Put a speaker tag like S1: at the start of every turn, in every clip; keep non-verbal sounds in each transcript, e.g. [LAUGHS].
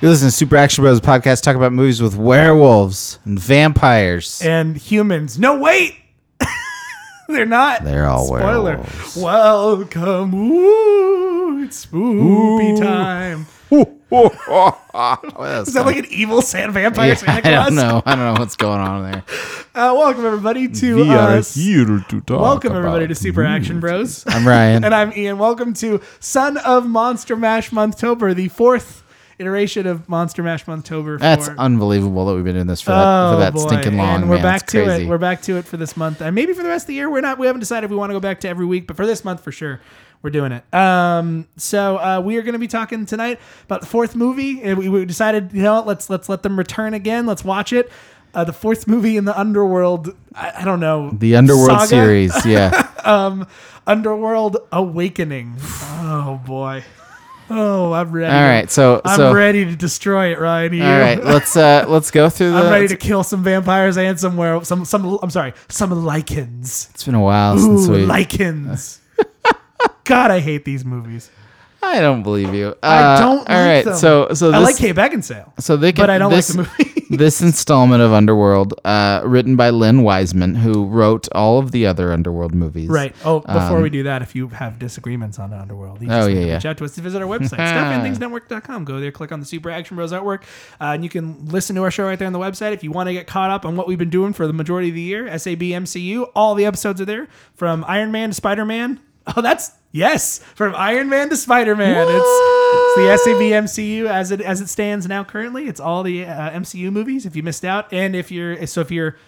S1: You're listening to Super Action Bros podcast. Talk about movies with werewolves and vampires. [LAUGHS]
S2: and humans. No, wait. [LAUGHS] They're not.
S1: They're all
S2: Spoiler.
S1: werewolves.
S2: Welcome. Ooh, it's spooky time. Is that like an evil sand vampire?
S1: Yeah, [LAUGHS]
S2: Santa
S1: I
S2: Claus?
S1: don't know. I don't know what's going on [LAUGHS] there.
S2: Uh, welcome everybody to
S1: We are
S2: us.
S1: here to talk
S2: Welcome everybody
S1: about
S2: to Super Action Bros.
S1: I'm Ryan.
S2: and I'm Ian. Welcome to Son of Monster Mash Monthtober, the fourth iteration of Monster Mash Monthtober.
S1: That's
S2: for-
S1: unbelievable that we've been doing this for that, for
S2: Oh,
S1: that
S2: boy.
S1: stinking long.
S2: And we're
S1: man.
S2: back
S1: it's
S2: to
S1: crazy.
S2: it. We're back to it for this month, and maybe for the rest of the year. We're not. We haven't decided if we want to go back to every week, but for this month for sure, we're doing it. Um, so uh, we are going to be talking tonight about the fourth movie. And we, we decided, you know, what, let's let's let them return again. Let's watch it. Uh, the fourth movie in the underworld. I, I don't know
S1: the Underworld
S2: saga?
S1: series.
S2: [LAUGHS]
S1: Yeah.
S2: Um, underworld awakening. Oh boy. Oh, I'm ready.
S1: All right. So
S2: I'm
S1: so
S2: ready to destroy it, Ryan. You?
S1: all right. Let's
S2: [LAUGHS]
S1: uh let's go through the.
S2: I'm ready
S1: it's-
S2: to kill some vampires and some were some some I'm sorry, some lichens.
S1: it's been a while since
S2: Ooh,
S1: we.
S2: lichens. [LAUGHS] God, I hate these movies.
S1: I don't believe you.
S2: I
S1: Uh,
S2: don't. like
S1: all right.
S2: them.
S1: So so
S2: I
S1: this,
S2: like Kate Beckinsale.
S1: So they can,
S2: But I don't like
S1: this,
S2: the movie. [LAUGHS]
S1: this installment of Underworld, uh, written by Lynn Wiseman, who wrote all of the other Underworld movies.
S2: Right. Oh, before
S1: Um,
S2: we do that, if you have disagreements on Underworld, you
S1: Oh,
S2: just need
S1: yeah,
S2: to
S1: yeah.
S2: reach out to us to
S1: [LAUGHS]
S2: visit our website, stuffandthingsnetwork.com. Go there, click on the Super Action Bros artwork, uh, and you can listen to our show right there on the website. If you want to get caught up on what we've been doing for the majority of the year, SABMCU, all the episodes are there from Iron Man to Spider Man. [LAUGHS] Oh, that's yes, from Iron Man to Spider Man. It's it's the SABMCU as it as it stands now currently. It's all the uh, MCU movies. If you missed out, and if you're so if you're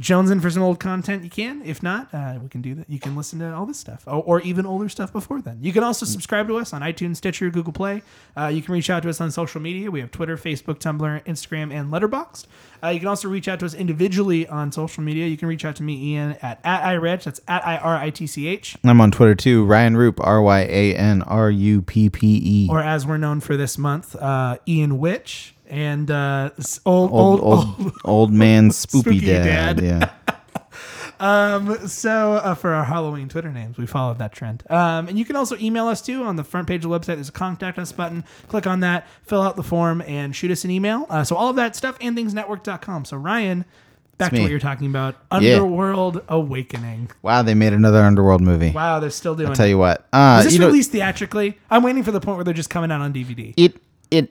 S2: jonesing for some old content, you can. If not, uh, we can do that. You can listen to all this stuff, or, or even older stuff before then. You can also subscribe to us on iTunes, Stitcher, Google Play. Uh, you can reach out to us on social media. We have Twitter, Facebook, Tumblr, Instagram, and Letterboxd. Uh, you can also reach out to us individually on social media. You can reach out to me, Ian, at at iretch. That's at i r i t c h.
S1: I'm on Twitter too. Ryan Roop, R Y A N R U P P E.
S2: or as we're known for this month, uh, Ian Witch and uh, s- old, old, old,
S1: old
S2: [LAUGHS]
S1: man spoopy,
S2: Spoopy
S1: dad.
S2: dad. [LAUGHS]
S1: Yeah.
S2: Um, so uh, for our Halloween Twitter names, we followed that trend. Um, and you can also email us too on the front page of the website. There's a contact us button. Click on that, fill out the form, and shoot us an email. Uh, so all of that stuff and thingsnetwork.com. So Ryan, back
S1: It's
S2: to
S1: me.
S2: what you're talking about,
S1: Yeah.
S2: Underworld Awakening.
S1: Wow, they made another Underworld movie.
S2: Wow, they're still doing.
S1: I'll tell
S2: it.
S1: you what. Uh,
S2: Is this
S1: you know,
S2: released theatrically? I'm waiting for the point where they're just coming out on DVD.
S1: it it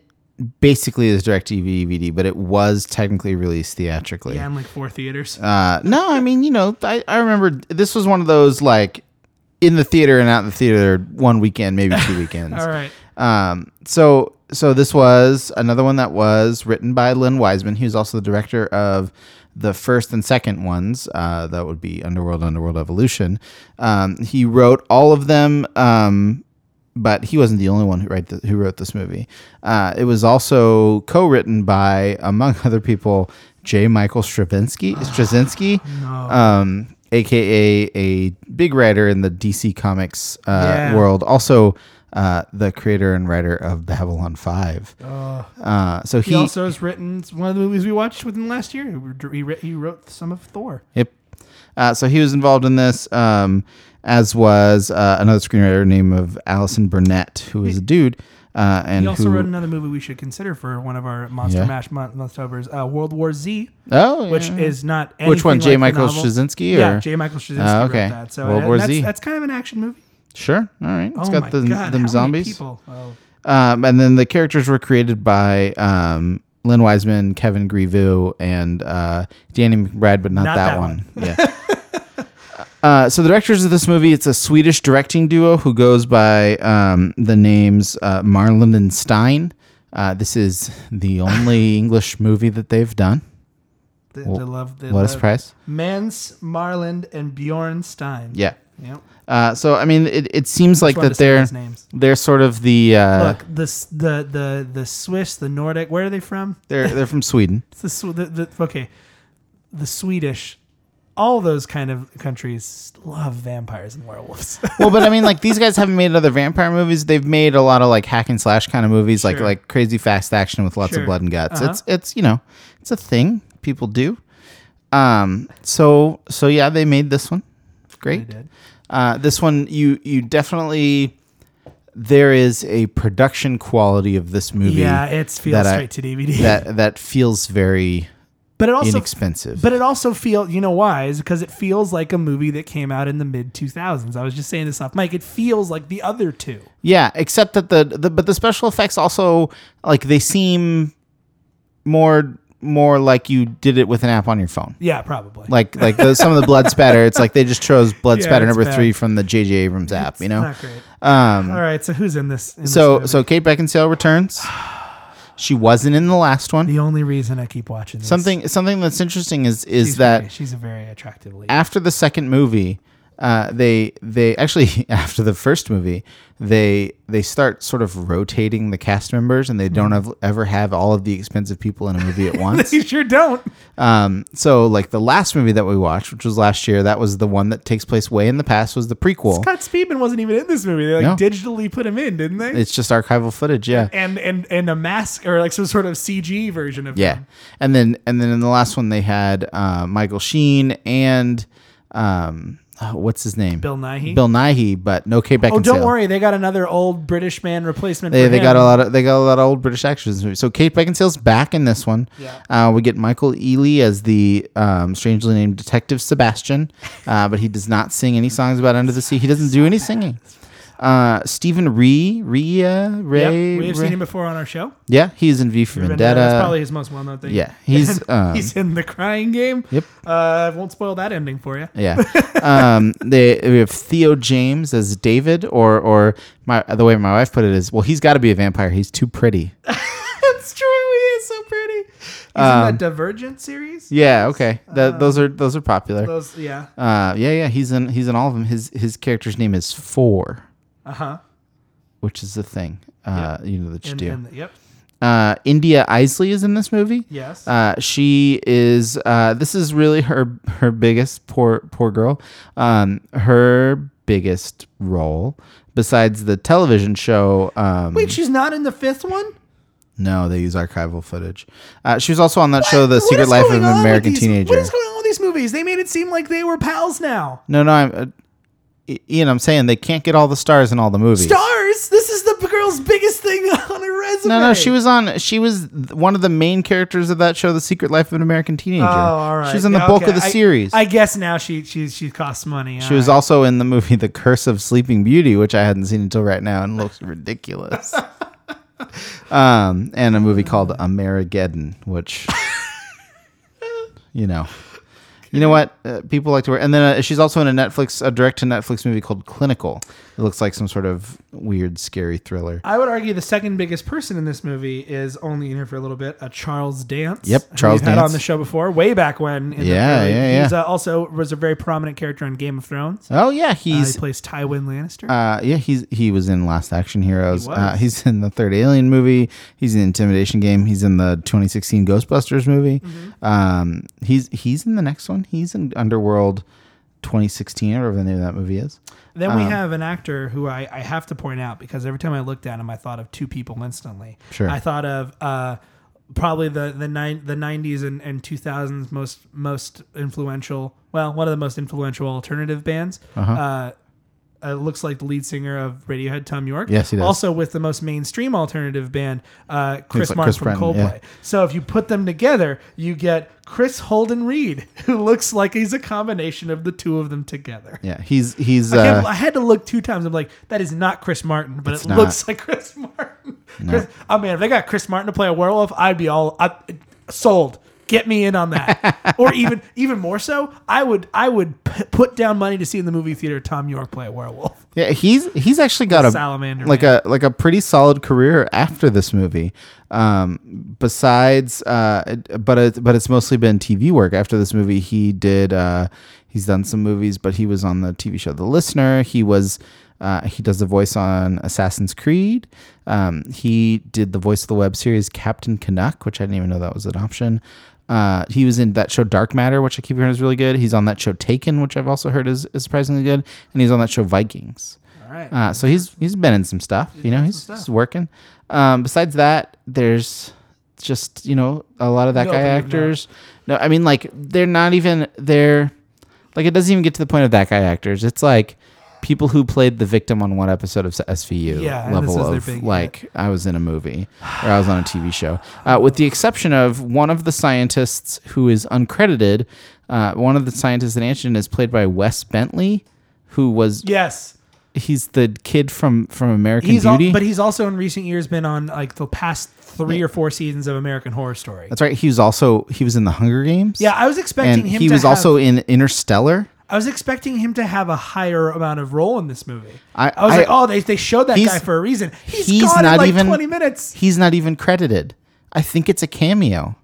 S1: basically is direct DVD, but it was technically released theatrically.
S2: Yeah, in like four theaters.
S1: Uh, no, I mean, you know, I, I remember this was one of those like in the theater and out in the theater one weekend, maybe
S2: [LAUGHS]
S1: two weekends.
S2: all right.
S1: Um, so so this was another one that was written by Lynn Wiseman, who's also the director of the first and second ones. Uh, that would be Underworld, Underworld Evolution. Um, he wrote all of them. Um, but he wasn't the only one who write the, who wrote this movie. Uh, it was also co-written by, among [LAUGHS] other people, J. Michael
S2: [SIGHS]
S1: Straczynski, Straczynski, um, aka a big writer in the DC Comics uh,
S2: Yeah.
S1: world. Also, uh, the creator and writer of Babylon Five. Uh, so he,
S2: He, also has written it's one of the movies we watched within the last year. He wr- He, writ- he wrote some of Thor.
S1: Yep. Uh, so he was involved in this, um, as was uh, another screenwriter named of Allison Burnett, who is a dude. Uh, and
S2: He also
S1: who,
S2: wrote another movie we should consider for one of our Monster
S1: Yeah.
S2: Mash month Monsters, uh, World War Z,
S1: oh,
S2: which
S1: yeah.
S2: is not anything
S1: which one,
S2: like
S1: J.
S2: the
S1: Michael
S2: novel.
S1: Straczynski? Or?
S2: Yeah, J. Michael Straczynski
S1: Ah, okay.
S2: wrote that. So
S1: World
S2: and
S1: War
S2: that's,
S1: Z.
S2: That's kind of an action movie.
S1: sure. All right. It's
S2: oh
S1: got
S2: my
S1: the,
S2: god, how
S1: them
S2: many
S1: zombies.
S2: people? Oh.
S1: Um, and then the characters were created by um, Lynn Wiseman, Kevin Grievous, and uh, Danny McBride, but not,
S2: Not
S1: that,
S2: that
S1: one.
S2: [LAUGHS]
S1: Yeah. Uh, so the directors of this movie, it's a Swedish directing duo who goes by um, the names uh, Marlon and Stein. Uh, this is the
S2: [LAUGHS]
S1: only English movie that they've done.
S2: The,
S1: Well,
S2: the love, the
S1: What a
S2: love.
S1: surprise!
S2: Mans, Marland, and Bjorn Stein.
S1: Yeah.
S2: Yep.
S1: Uh, so I mean, it, it seems like
S2: wanted
S1: that
S2: to say
S1: they're
S2: those names.
S1: they're sort of the uh,
S2: Look, the, s- the the the Swiss, the Nordic. Where are they from?
S1: they're they're from Sweden.
S2: It's the, Sw- the, the okay, the Swedish, all those kind of countries love vampires and werewolves. [LAUGHS]
S1: well, but I mean, like these guys haven't made other vampire movies. They've made a lot of like hack and slash kind of movies, like
S2: Sure.
S1: like crazy fast action with lots of
S2: Sure.
S1: blood and guts.
S2: Uh-huh.
S1: It's it's you know it's a thing people do. Um. So so yeah, they made this one. Great.
S2: did.
S1: Uh, this one you you definitely there is a production quality of this movie
S2: yeah, it's feels
S1: that I-
S2: straight to DVD.
S1: that that feels very
S2: but it also
S1: inexpensive.
S2: But it also feels, you know why? Is because it feels like a movie that came out in the mid 2000s. I was just saying this off mic. It feels like the other two.
S1: yeah, except that the, the but the special effects also like they seem more more like you did it with an app on your phone.
S2: Yeah, probably.
S1: Like like the, some of the
S2: [LAUGHS]
S1: blood spatter, it's like they just chose blood
S2: Yeah,
S1: spatter
S2: it's
S1: number
S2: bad.
S1: three from the J.J. Abrams app. You know,
S2: Not great.
S1: um,
S2: All right, so who's in this? in this
S1: So
S2: movie?
S1: so Kate Beckinsale returns. She wasn't in the last one.
S2: the only reason I keep watching this
S1: Something something that's interesting is is
S2: she's
S1: that
S2: very- she's a very attractive lady.
S1: after the second movie, uh, they they actually [LAUGHS] after the first movie, they they start sort of rotating the cast members, and they
S2: Hmm.
S1: don't have, ever have all of the expensive people in a movie
S2: [LAUGHS]
S1: at once.
S2: [LAUGHS] you sure don't.
S1: um, so like the last movie that we watched, which was last year, that was the one that takes place way in the past, was the prequel.
S2: Scott Speedman wasn't even in this movie. They like
S1: No.
S2: digitally put him in, didn't they?
S1: It's just archival footage, yeah.
S2: and and and a mask or like some sort of CG version of
S1: Yeah,
S2: him.
S1: and then and then in the last one they had uh, Michael Sheen and um, oh, what's his name?
S2: Bill Nighy.
S1: Bill Nighy, but no Kate Beckinsale.
S2: oh, don't worry, they got another old British man replacement.
S1: They,
S2: for
S1: they
S2: him.
S1: got a lot of they got a lot of old British actors. in this movie. So Kate Beckinsale's back in this one.
S2: Yeah.
S1: Uh, we get Michael Ealy as the um, strangely named detective
S2: [LAUGHS]
S1: Sebastian, uh, but he does not sing any songs about Under the Sea. He doesn't do any singing. Uh, Stephen Ree, Ree, uh,
S2: Yep,
S1: Ray,
S2: we have
S1: Ray-
S2: seen him before on our show.
S1: yeah, he's in V for Vendetta.
S2: That's probably his most well-known thing.
S1: yeah,
S2: [LAUGHS]
S1: he's um,
S2: He's in the crying game.
S1: Yep.
S2: Uh, I won't spoil that ending for you. [LAUGHS]
S1: Yeah. Um, they, we have Theo James as David, or or my the way my wife put it is, well, he's got to be a vampire. He's too pretty.
S2: That's true. He is so pretty. He's in that Divergent series.
S1: Um, Yeah. Okay. Th- those are those are popular.
S2: Uh, Those, yeah.
S1: Uh, yeah, yeah. He's in he's in all of them. His his character's name is Four,
S2: Uh huh.
S1: which is a thing. Uh, you know that you
S2: And,
S1: do.
S2: and yep.
S1: uh, India Isley is in this movie.
S2: Yes.
S1: Uh, she is. Uh, this is really her her biggest poor poor girl. Um, her biggest role besides the television show. Um,
S2: Wait, she's not in the fifth one.
S1: No, they use archival footage. Uh, she was also on that show, The
S2: What
S1: Secret
S2: is
S1: Life of
S2: going
S1: an
S2: on with
S1: American
S2: these-
S1: Teenager.
S2: What is going on with these movies? They made it seem like they were pals now.
S1: no, no, I'm. Uh, I- Ian, I'm saying they can't get all the stars in all the movies.
S2: Stars. This is the girl's biggest thing [LAUGHS] on her resume.
S1: No, no, she was on. She was th- one of the main characters of that show, The Secret Life of an American Teenager.
S2: Oh, all right.
S1: She was in the
S2: Yeah,
S1: bulk
S2: okay.
S1: of the
S2: I-
S1: series.
S2: I guess now she she she costs money.
S1: she was also in the movie The Curse of Sleeping Beauty, which I hadn't seen until right now, and
S2: [LAUGHS]
S1: looks ridiculous. um, and a movie called Amerigeddon, which, you know, you know what uh, people like to wear. And then uh, she's also in a Netflix, a direct to Netflix movie called Clinical. It looks like some sort of weird, scary thriller.
S2: I would argue the second biggest person in this movie is only in here for a little bit, a Charles Dance.
S1: Yep,
S2: who
S1: Charles
S2: we've had
S1: Dance.
S2: on the show before, way back when. In
S1: Yeah,
S2: the
S1: yeah,
S2: He's
S1: yeah.
S2: uh, also was a very prominent character on Game of Thrones.
S1: Oh yeah,
S2: Uh, he
S1: he's
S2: plays Tywin Lannister.
S1: Uh, yeah, he's he was in Last Action Heroes.
S2: He was.
S1: uh, he's in the third Alien movie. He's in Intimidation Game. He's in the 2016 Ghostbusters movie.
S2: Mm-hmm.
S1: Um, he's he's in the next one. He's in Underworld 2016, or whatever the name of that movie is.
S2: Then
S1: Um,
S2: we have an actor who I, I have to point out because every time I looked at him, I thought of two people instantly.
S1: Sure.
S2: I thought of uh, probably the the nine the nineties and, and two thousands most most influential. Well, one of the most influential alternative bands. Uh-huh. Uh, uh, looks like the lead singer of Radiohead, Tom York.
S1: Yes, he does.
S2: Also with the most mainstream alternative band, uh, Chris
S1: like
S2: Martin
S1: Chris
S2: from
S1: Martin, yeah.
S2: Coldplay. So if you put them together, you get Chris Holden Reed, [LAUGHS] who looks like he's a combination of the two of them together.
S1: Yeah, he's he's
S2: I, can't-
S1: uh,
S2: I had to look two times. I'm like, that is not Chris Martin, but it
S1: not.
S2: looks like Chris Martin. Chris, oh man, if they got Chris Martin to play a werewolf, I'd be all I, sold. Get me in
S1: [LAUGHS]
S2: on that, or even even more so, I would I would p- put down money to see in the movie theater Tom York play a werewolf.
S1: yeah he's he's actually got a
S2: Salamander
S1: like a like a pretty solid career after this movie. Um, besides, uh, it- but it, but it's mostly been TV work. After this movie, he did uh, he's done some movies, but he was on the TV show The Listener. He was. Uh, he does the voice on Assassin's Creed. Um, he did the voice of the web series Captain Canuck, which I didn't even know that was an option. Uh, he was in that show Dark Matter, which I keep hearing is really good. He's on that show Taken, which I've also heard is, is surprisingly good. And he's on that show Vikings.
S2: All right,
S1: Uh, so he's he's been in some stuff. You know, he's, he's working. Um, besides that, there's just you know a lot of that
S2: No,
S1: guy
S2: but you're not.
S1: actors. No, I mean like they're not even they're like it doesn't even get to the point of that guy actors. It's like people who played the victim on one episode of SVU
S2: Yeah, and this
S1: level
S2: is their
S1: of
S2: big
S1: like I was in a movie or I was on a TV show, uh, with the exception of one of the scientists who is uncredited. Uh, one of the scientists in Anshin is played by Wes Bentley, who was
S2: Yes.
S1: he's the kid from from American
S2: He's all,
S1: Beauty.
S2: but he's also in recent years been on like the past three or four seasons of American Horror Story.
S1: That's right. He was also he was in the Hunger Games.
S2: Yeah, I was expecting
S1: and
S2: him.
S1: he
S2: to
S1: was
S2: have-
S1: also in Interstellar.
S2: I was expecting him to have a higher amount of role in this movie.
S1: I-
S2: I, was
S1: I-
S2: like, oh, they, they showed that
S1: He's-
S2: guy for a reason. He's,
S1: he's
S2: gone
S1: not
S2: in like
S1: even-
S2: 20 minutes.
S1: He's not even credited. I think it's a cameo.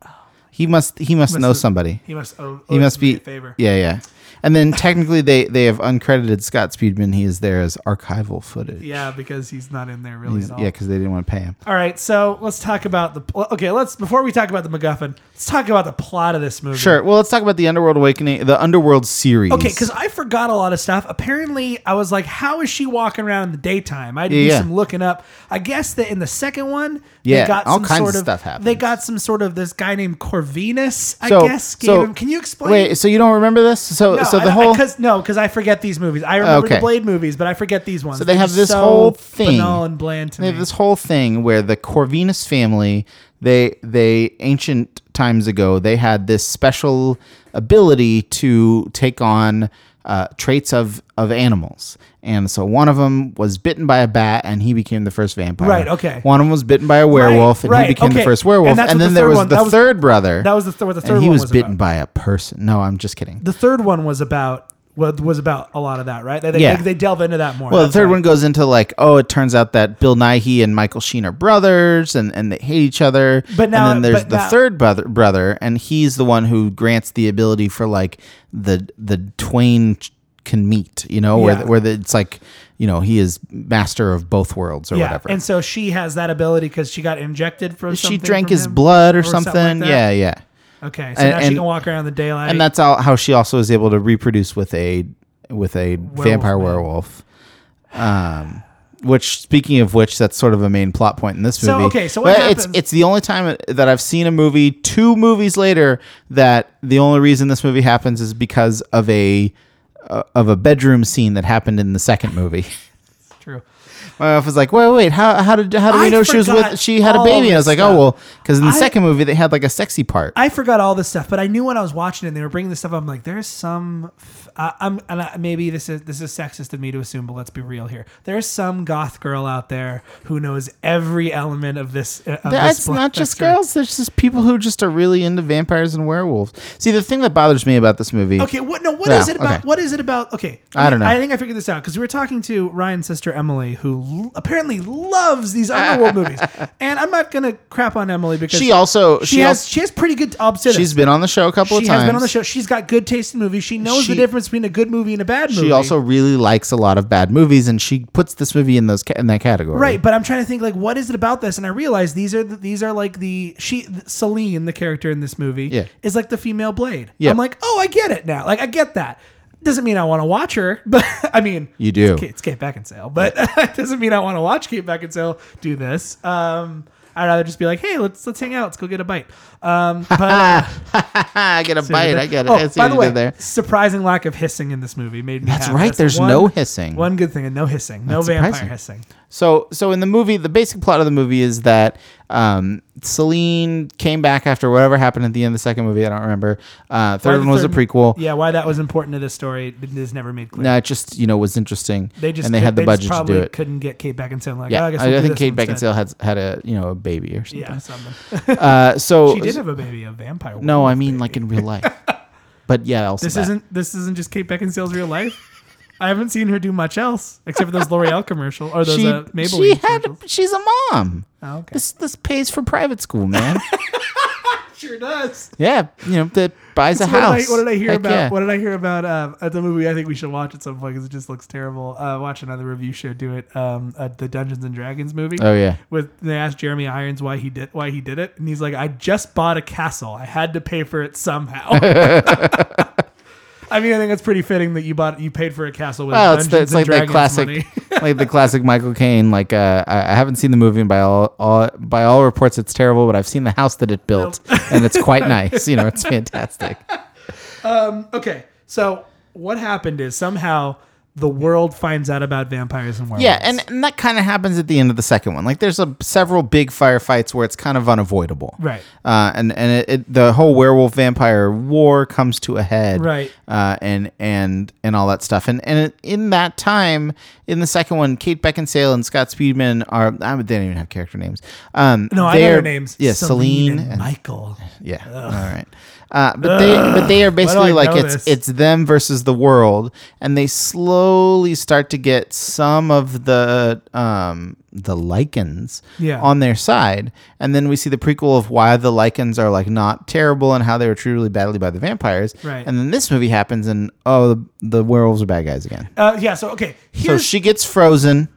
S1: He must he must know somebody.
S2: He must. Oh. Owe,
S1: He must be
S2: a favor.
S1: Yeah, yeah. And then technically they they have uncredited Scott Speedman. He is there as archival footage.
S2: Yeah, because he's not in there really at all.
S1: Yeah, because they didn't want to pay him.
S2: All right, so let's talk about the. pl- Okay, let's before we talk about the MacGuffin, let's talk about the plot of this movie.
S1: Sure. Well, let's talk about the Underworld Awakening, the Underworld series.
S2: Okay, because I forgot a lot of stuff. Apparently, I was like, "How is she walking around in the daytime?" I did
S1: Yeah,
S2: do
S1: yeah.
S2: some looking up. I guess that in the second one,
S1: Yeah,
S2: they got
S1: all
S2: some
S1: kinds
S2: sort
S1: of
S2: of,
S1: stuff happens.
S2: They got some sort of this guy named Corvinus. I guess. Gave him, can you explain?
S1: Wait, so you don't remember this? So
S2: No,
S1: so
S2: I
S1: the
S2: don't-
S1: whole
S2: I, cause, no, because I forget these movies. I remember
S1: Okay.
S2: the Blade movies, but I forget these ones.
S1: So they have
S2: They're
S1: this
S2: so
S1: whole thing.
S2: banal and bland to
S1: They
S2: me.
S1: have this whole thing where the Corvinus family, they they ancient times ago, they had this special ability to take on uh, traits of of animals, and so one of them was bitten by a bat, and he became the first vampire.
S2: Right, okay.
S1: One of them was bitten by a werewolf, and
S2: right,
S1: he became the
S2: okay.
S1: first werewolf. And,
S2: And that's what
S1: then
S2: the
S1: there
S2: third
S1: was
S2: one-
S1: the
S2: that was-
S1: third brother,
S2: that was the, th- what the third
S1: and he
S2: one
S1: was,
S2: was,
S1: bitten
S2: About.
S1: by a person. No, I'm just kidding.
S2: The third one was about was, was about a lot of that, right? They, they,
S1: Yeah.
S2: they delve into that more.
S1: Well, the
S2: That's
S1: third
S2: right.
S1: one goes into like, oh, it turns out that Bill Nighy and Michael Sheen are brothers, and, and they hate each other.
S2: But now-
S1: and then there's
S2: but
S1: the
S2: now-
S1: third brother, brother, and he's the one who grants the ability for like the the twain ch- can meet. You know, where
S2: Yeah.
S1: where the, it's like, you know, he is master of both worlds or
S2: yeah,
S1: whatever.
S2: and so she has that ability because she got injected from.
S1: she
S2: something
S1: drank
S2: from
S1: his
S2: him
S1: blood or, something.
S2: something like that?
S1: yeah, yeah.
S2: Okay, so
S1: And-
S2: now
S1: and-
S2: she can walk around in the daylight.
S1: And that's how, how she also is able to reproduce with a with a vampire
S2: man.
S1: werewolf. Um, which speaking of which, that's sort of a main plot point in this
S2: So,
S1: movie.
S2: okay, so what
S1: But it's
S2: happens-
S1: it's the only time that I've seen a movie two movies later that the only reason this movie happens is because of a uh, of a bedroom scene that happened in the second movie. [LAUGHS]
S2: true.
S1: My wife was like, "Wait, wait, how how did how do we
S2: I
S1: know she was
S2: forgot
S1: with she had a
S2: all
S1: baby?" And I was
S2: this
S1: like, "Oh
S2: stuff.
S1: well, because in the
S2: I-
S1: second movie they had like a sexy part."
S2: I forgot all this stuff, but I knew when I was watching it, and they were bringing this stuff. up, I'm like, there's some. F- I, I'm and I, maybe this is this is sexist of me to assume, but let's be real here. There's some goth girl out there who knows every element of this. uh, Of this
S1: That's
S2: blood
S1: not just
S2: spectrum.
S1: girls. There's just people who just are really into vampires and werewolves. See, the thing that bothers me about this movie.
S2: [LAUGHS] Okay, what no? What is
S1: Yeah,
S2: it about?
S1: okay.
S2: What is it about? Okay,
S1: I don't know.
S2: I think I figured this out because we were talking to Ryan's sister Emily, who l- apparently loves
S1: [LAUGHS]
S2: these underworld movies. And I'm not gonna crap on Emily because
S1: She also she,
S2: she has
S1: also,
S2: she has pretty good obsidian.
S1: she's been on the show a couple
S2: she
S1: of times.
S2: has been on the show. She's got good taste in movies. She knows
S1: She-
S2: the difference between a good movie and a bad movie.
S1: She also really likes a lot of bad movies, and she puts this movie in those ca- in that category.
S2: right, but I'm trying to think like what is it about this? And I realize these are the, these are like the she Celine, the character in this movie,
S1: Yeah.
S2: is like the female Blade.
S1: Yeah.
S2: I'm like, oh, I get it now. Like I get that. Doesn't mean I want to watch her, [LAUGHS] but I mean,
S1: You do.
S2: Kate- it's Kate Beckinsale, but it [LAUGHS] doesn't mean I want to watch Kate Beckinsale do this. Um, I'd rather just be like, hey, let's let's hang out, let's go get a bite. Um, but
S1: Ah, I get a bite. I get it.
S2: Oh,
S1: I see
S2: by
S1: what
S2: the
S1: you
S2: way,
S1: did there.
S2: surprising lack of hissing in this movie made me.
S1: That's
S2: happy.
S1: right, there's
S2: one-
S1: no hissing.
S2: One good thing, and no hissing, no vampire
S1: surprising.
S2: hissing.
S1: So, so in the movie, the basic plot of the movie is that um, Celine came back after whatever happened at the end of the second movie. I don't remember. Uh,
S2: Why
S1: third
S2: the
S1: one was a prequel.
S2: Yeah, why that was important to this story is never made clear.
S1: No, it just you know was interesting.
S2: They just
S1: and they
S2: cou-
S1: had the budget
S2: just
S1: to
S2: probably
S1: do it.
S2: Couldn't get Kate Beckinsale. Like,
S1: Yeah,
S2: oh,
S1: I,
S2: I, guess we'll
S1: I
S2: do
S1: think
S2: this
S1: Kate
S2: one instead.
S1: Beckinsell had had a you know a baby or something. [LAUGHS]
S2: Yeah, something.
S1: Uh, so
S2: [LAUGHS] She did have a baby, a vampire.
S1: no,
S2: werewolf
S1: I mean
S2: baby.
S1: like in real
S2: [LAUGHS]
S1: life. but yeah, also
S2: this
S1: that.
S2: isn't this isn't just Kate Beckinsale's real life. I haven't seen her do much else except for those L'Oreal commercial or those
S1: she,
S2: uh,
S1: she
S2: Maybelline
S1: had
S2: commercials.
S1: she's a mom.
S2: Oh, okay.
S1: This this pays for private school,
S2: [LAUGHS]
S1: man.
S2: sure does.
S1: yeah, you know that buys a
S2: What did I-
S1: house.
S2: What did I, hear
S1: Heck
S2: about?
S1: yeah.
S2: What did I hear about uh, at the movie? I think we should watch at some point because it just looks terrible. Uh, watch another review show do it. Um, uh, the Dungeons and Dragons movie.
S1: Oh, yeah.
S2: With they asked Jeremy Irons why he did why he did it, and he's like, "I just bought a castle. I had to pay for it somehow." [LAUGHS] I mean, I think it's pretty fitting that you bought you paid for a castle with
S1: Well, it's,
S2: Dungeons
S1: the, it's
S2: and
S1: like the
S2: Dragons
S1: classic,
S2: money.
S1: [LAUGHS] like the classic Michael Caine. Like uh, I, I haven't seen the movie, and by all, all by all reports, it's terrible. But I've seen the house that it built, and it's
S2: [LAUGHS]
S1: quite nice. You know, it's fantastic.
S2: Okay, so what happened is somehow the world finds out about vampires and werewolves.
S1: Yeah, and, and that kind of happens at the end of the second one. Like there's a several big firefights where it's kind of unavoidable.
S2: Right.
S1: Uh, and and it, it, the whole werewolf vampire war comes to a head.
S2: Right.
S1: Uh, and and and all that stuff. And and it, in that time, in the second one, Kate Beckinsale and Scott Speedman are I mean, they don't even have character names. Um,
S2: no, I know
S1: they're-
S2: their names.
S1: Yeah, Celine.
S2: and
S1: and-
S2: Michael.
S1: yeah. All right. Uh, but they but they are
S2: I
S1: basically like
S2: know
S1: it's
S2: this?
S1: it's them versus the world, and they slowly start to get some of the um the lichens
S2: Yeah.
S1: on their side, and then we see the prequel of why the lichens are like not terrible and how they were treated really badly by the vampires,
S2: Right.
S1: And then this movie happens, and oh, the, the werewolves are bad guys again.
S2: Uh, yeah. So okay,
S1: So
S2: here's
S1: she gets frozen.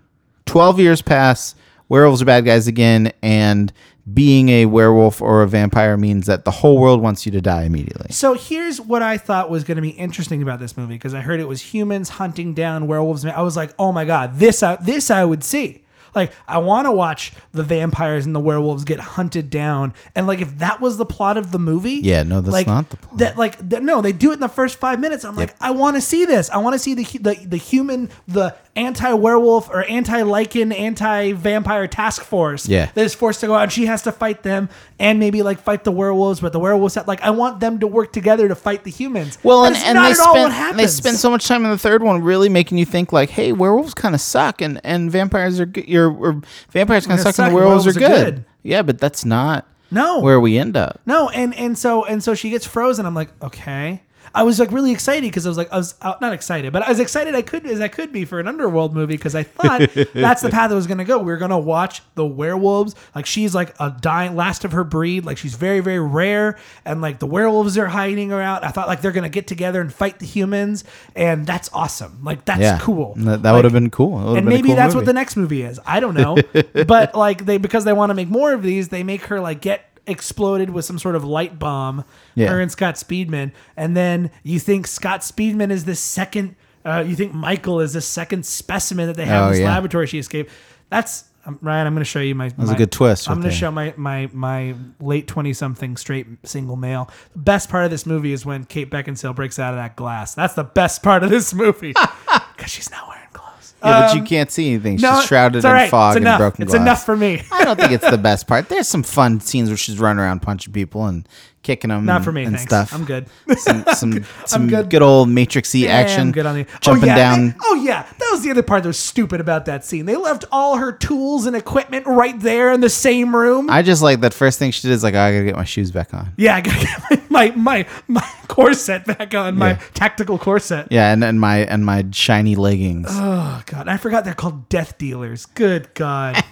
S1: Twelve years pass. Werewolves are bad guys again, and being a werewolf or a vampire means that the whole world wants you to die immediately.
S2: So here's what I thought was going to be interesting about this movie because I heard it was humans hunting down werewolves. I was like, oh my god, this I, this I would see. Like I want to watch the vampires and the werewolves get hunted down, and like if that was the plot of the movie,
S1: Yeah, no, that's
S2: like,
S1: not the plot.
S2: That like th- no, they do it in the first five minutes. I'm like, I want to see this. I want to see the, hu- the the human, the anti werewolf or anti lichen, anti vampire task force
S1: Yeah.
S2: that is forced to go out and she has to fight them and maybe like fight the werewolves, but the werewolves have, like I want them to work together to fight the humans.
S1: Well,
S2: That
S1: and,
S2: is
S1: and
S2: not
S1: they
S2: at all what
S1: spend they
S2: happens.
S1: spend so much time in the third one, really making you think like, hey, werewolves kind of suck, and and vampires are good. Your or vampires kind of
S2: Yeah,
S1: suck,
S2: suck,
S1: and
S2: and
S1: werewolves,
S2: werewolves
S1: are,
S2: are
S1: good.
S2: good.
S1: Yeah, but that's not
S2: No.
S1: where we end up.
S2: No, and and so and so she gets frozen. I'm like, okay. I was like really excited because I was like I was uh, not excited, but as excited I could as I could be for an underworld movie because I
S1: [LAUGHS]
S2: thought that's the path that was going to go. We were going to watch the werewolves. Like she's like a dying last of her breed. Like she's very very rare, and like the werewolves are hiding her out. I thought like they're going to get together and fight the humans, and that's awesome. Like that's
S1: Yeah,
S2: cool.
S1: And That, that
S2: Like,
S1: would have been cool. That would've
S2: and
S1: been a
S2: maybe
S1: cool
S2: that's what
S1: movie.
S2: the next movie is. I
S1: [LAUGHS]
S2: don't know, but like they because they want to make more of these, they make her like get exploded with some sort of light bomb.
S1: Yeah.
S2: Her and Scott Speedman, and then you think Scott Speedman is the second. Uh, you think Michael is the second specimen that they have
S1: Oh,
S2: in this
S1: yeah.
S2: laboratory she escaped. That's um, Ryan. I'm going to show you my. That
S1: was a good twist
S2: I'm
S1: right
S2: going to
S1: there.
S2: show my my my late twenty something straight single male. The best part of this movie is when Kate Beckinsale breaks out of that glass. That's the best part of this
S1: [LAUGHS]
S2: movie [LAUGHS] because she's not wearing clothes.
S1: Yeah, but you can't see anything. She's shrouded
S2: um, it's all right.
S1: in fog
S2: it's enough.
S1: and broken
S2: It's
S1: glass.
S2: enough for me.
S1: I don't think it's the best part. There's some fun scenes where she's running around punching people and kicking them.
S2: [LAUGHS] Not
S1: and,
S2: for me.
S1: and
S2: thanks.
S1: stuff.
S2: I'm good. [LAUGHS]
S1: Some some, some good.
S2: good.
S1: old Matrixy action.
S2: I'm good on the
S1: jumping
S2: oh, yeah.
S1: down.
S2: they- oh yeah, that was the other part that was stupid about that scene. They left all her tools and equipment right there in the same room.
S1: I just like that first thing she did is like, oh, I gotta get my shoes back on.
S2: yeah, I gotta get [LAUGHS] my my my, my corset back on my
S1: Yeah.
S2: tactical corset.
S1: Yeah, and, and my and my shiny leggings.
S2: Oh god, I forgot they're called death dealers. Good god,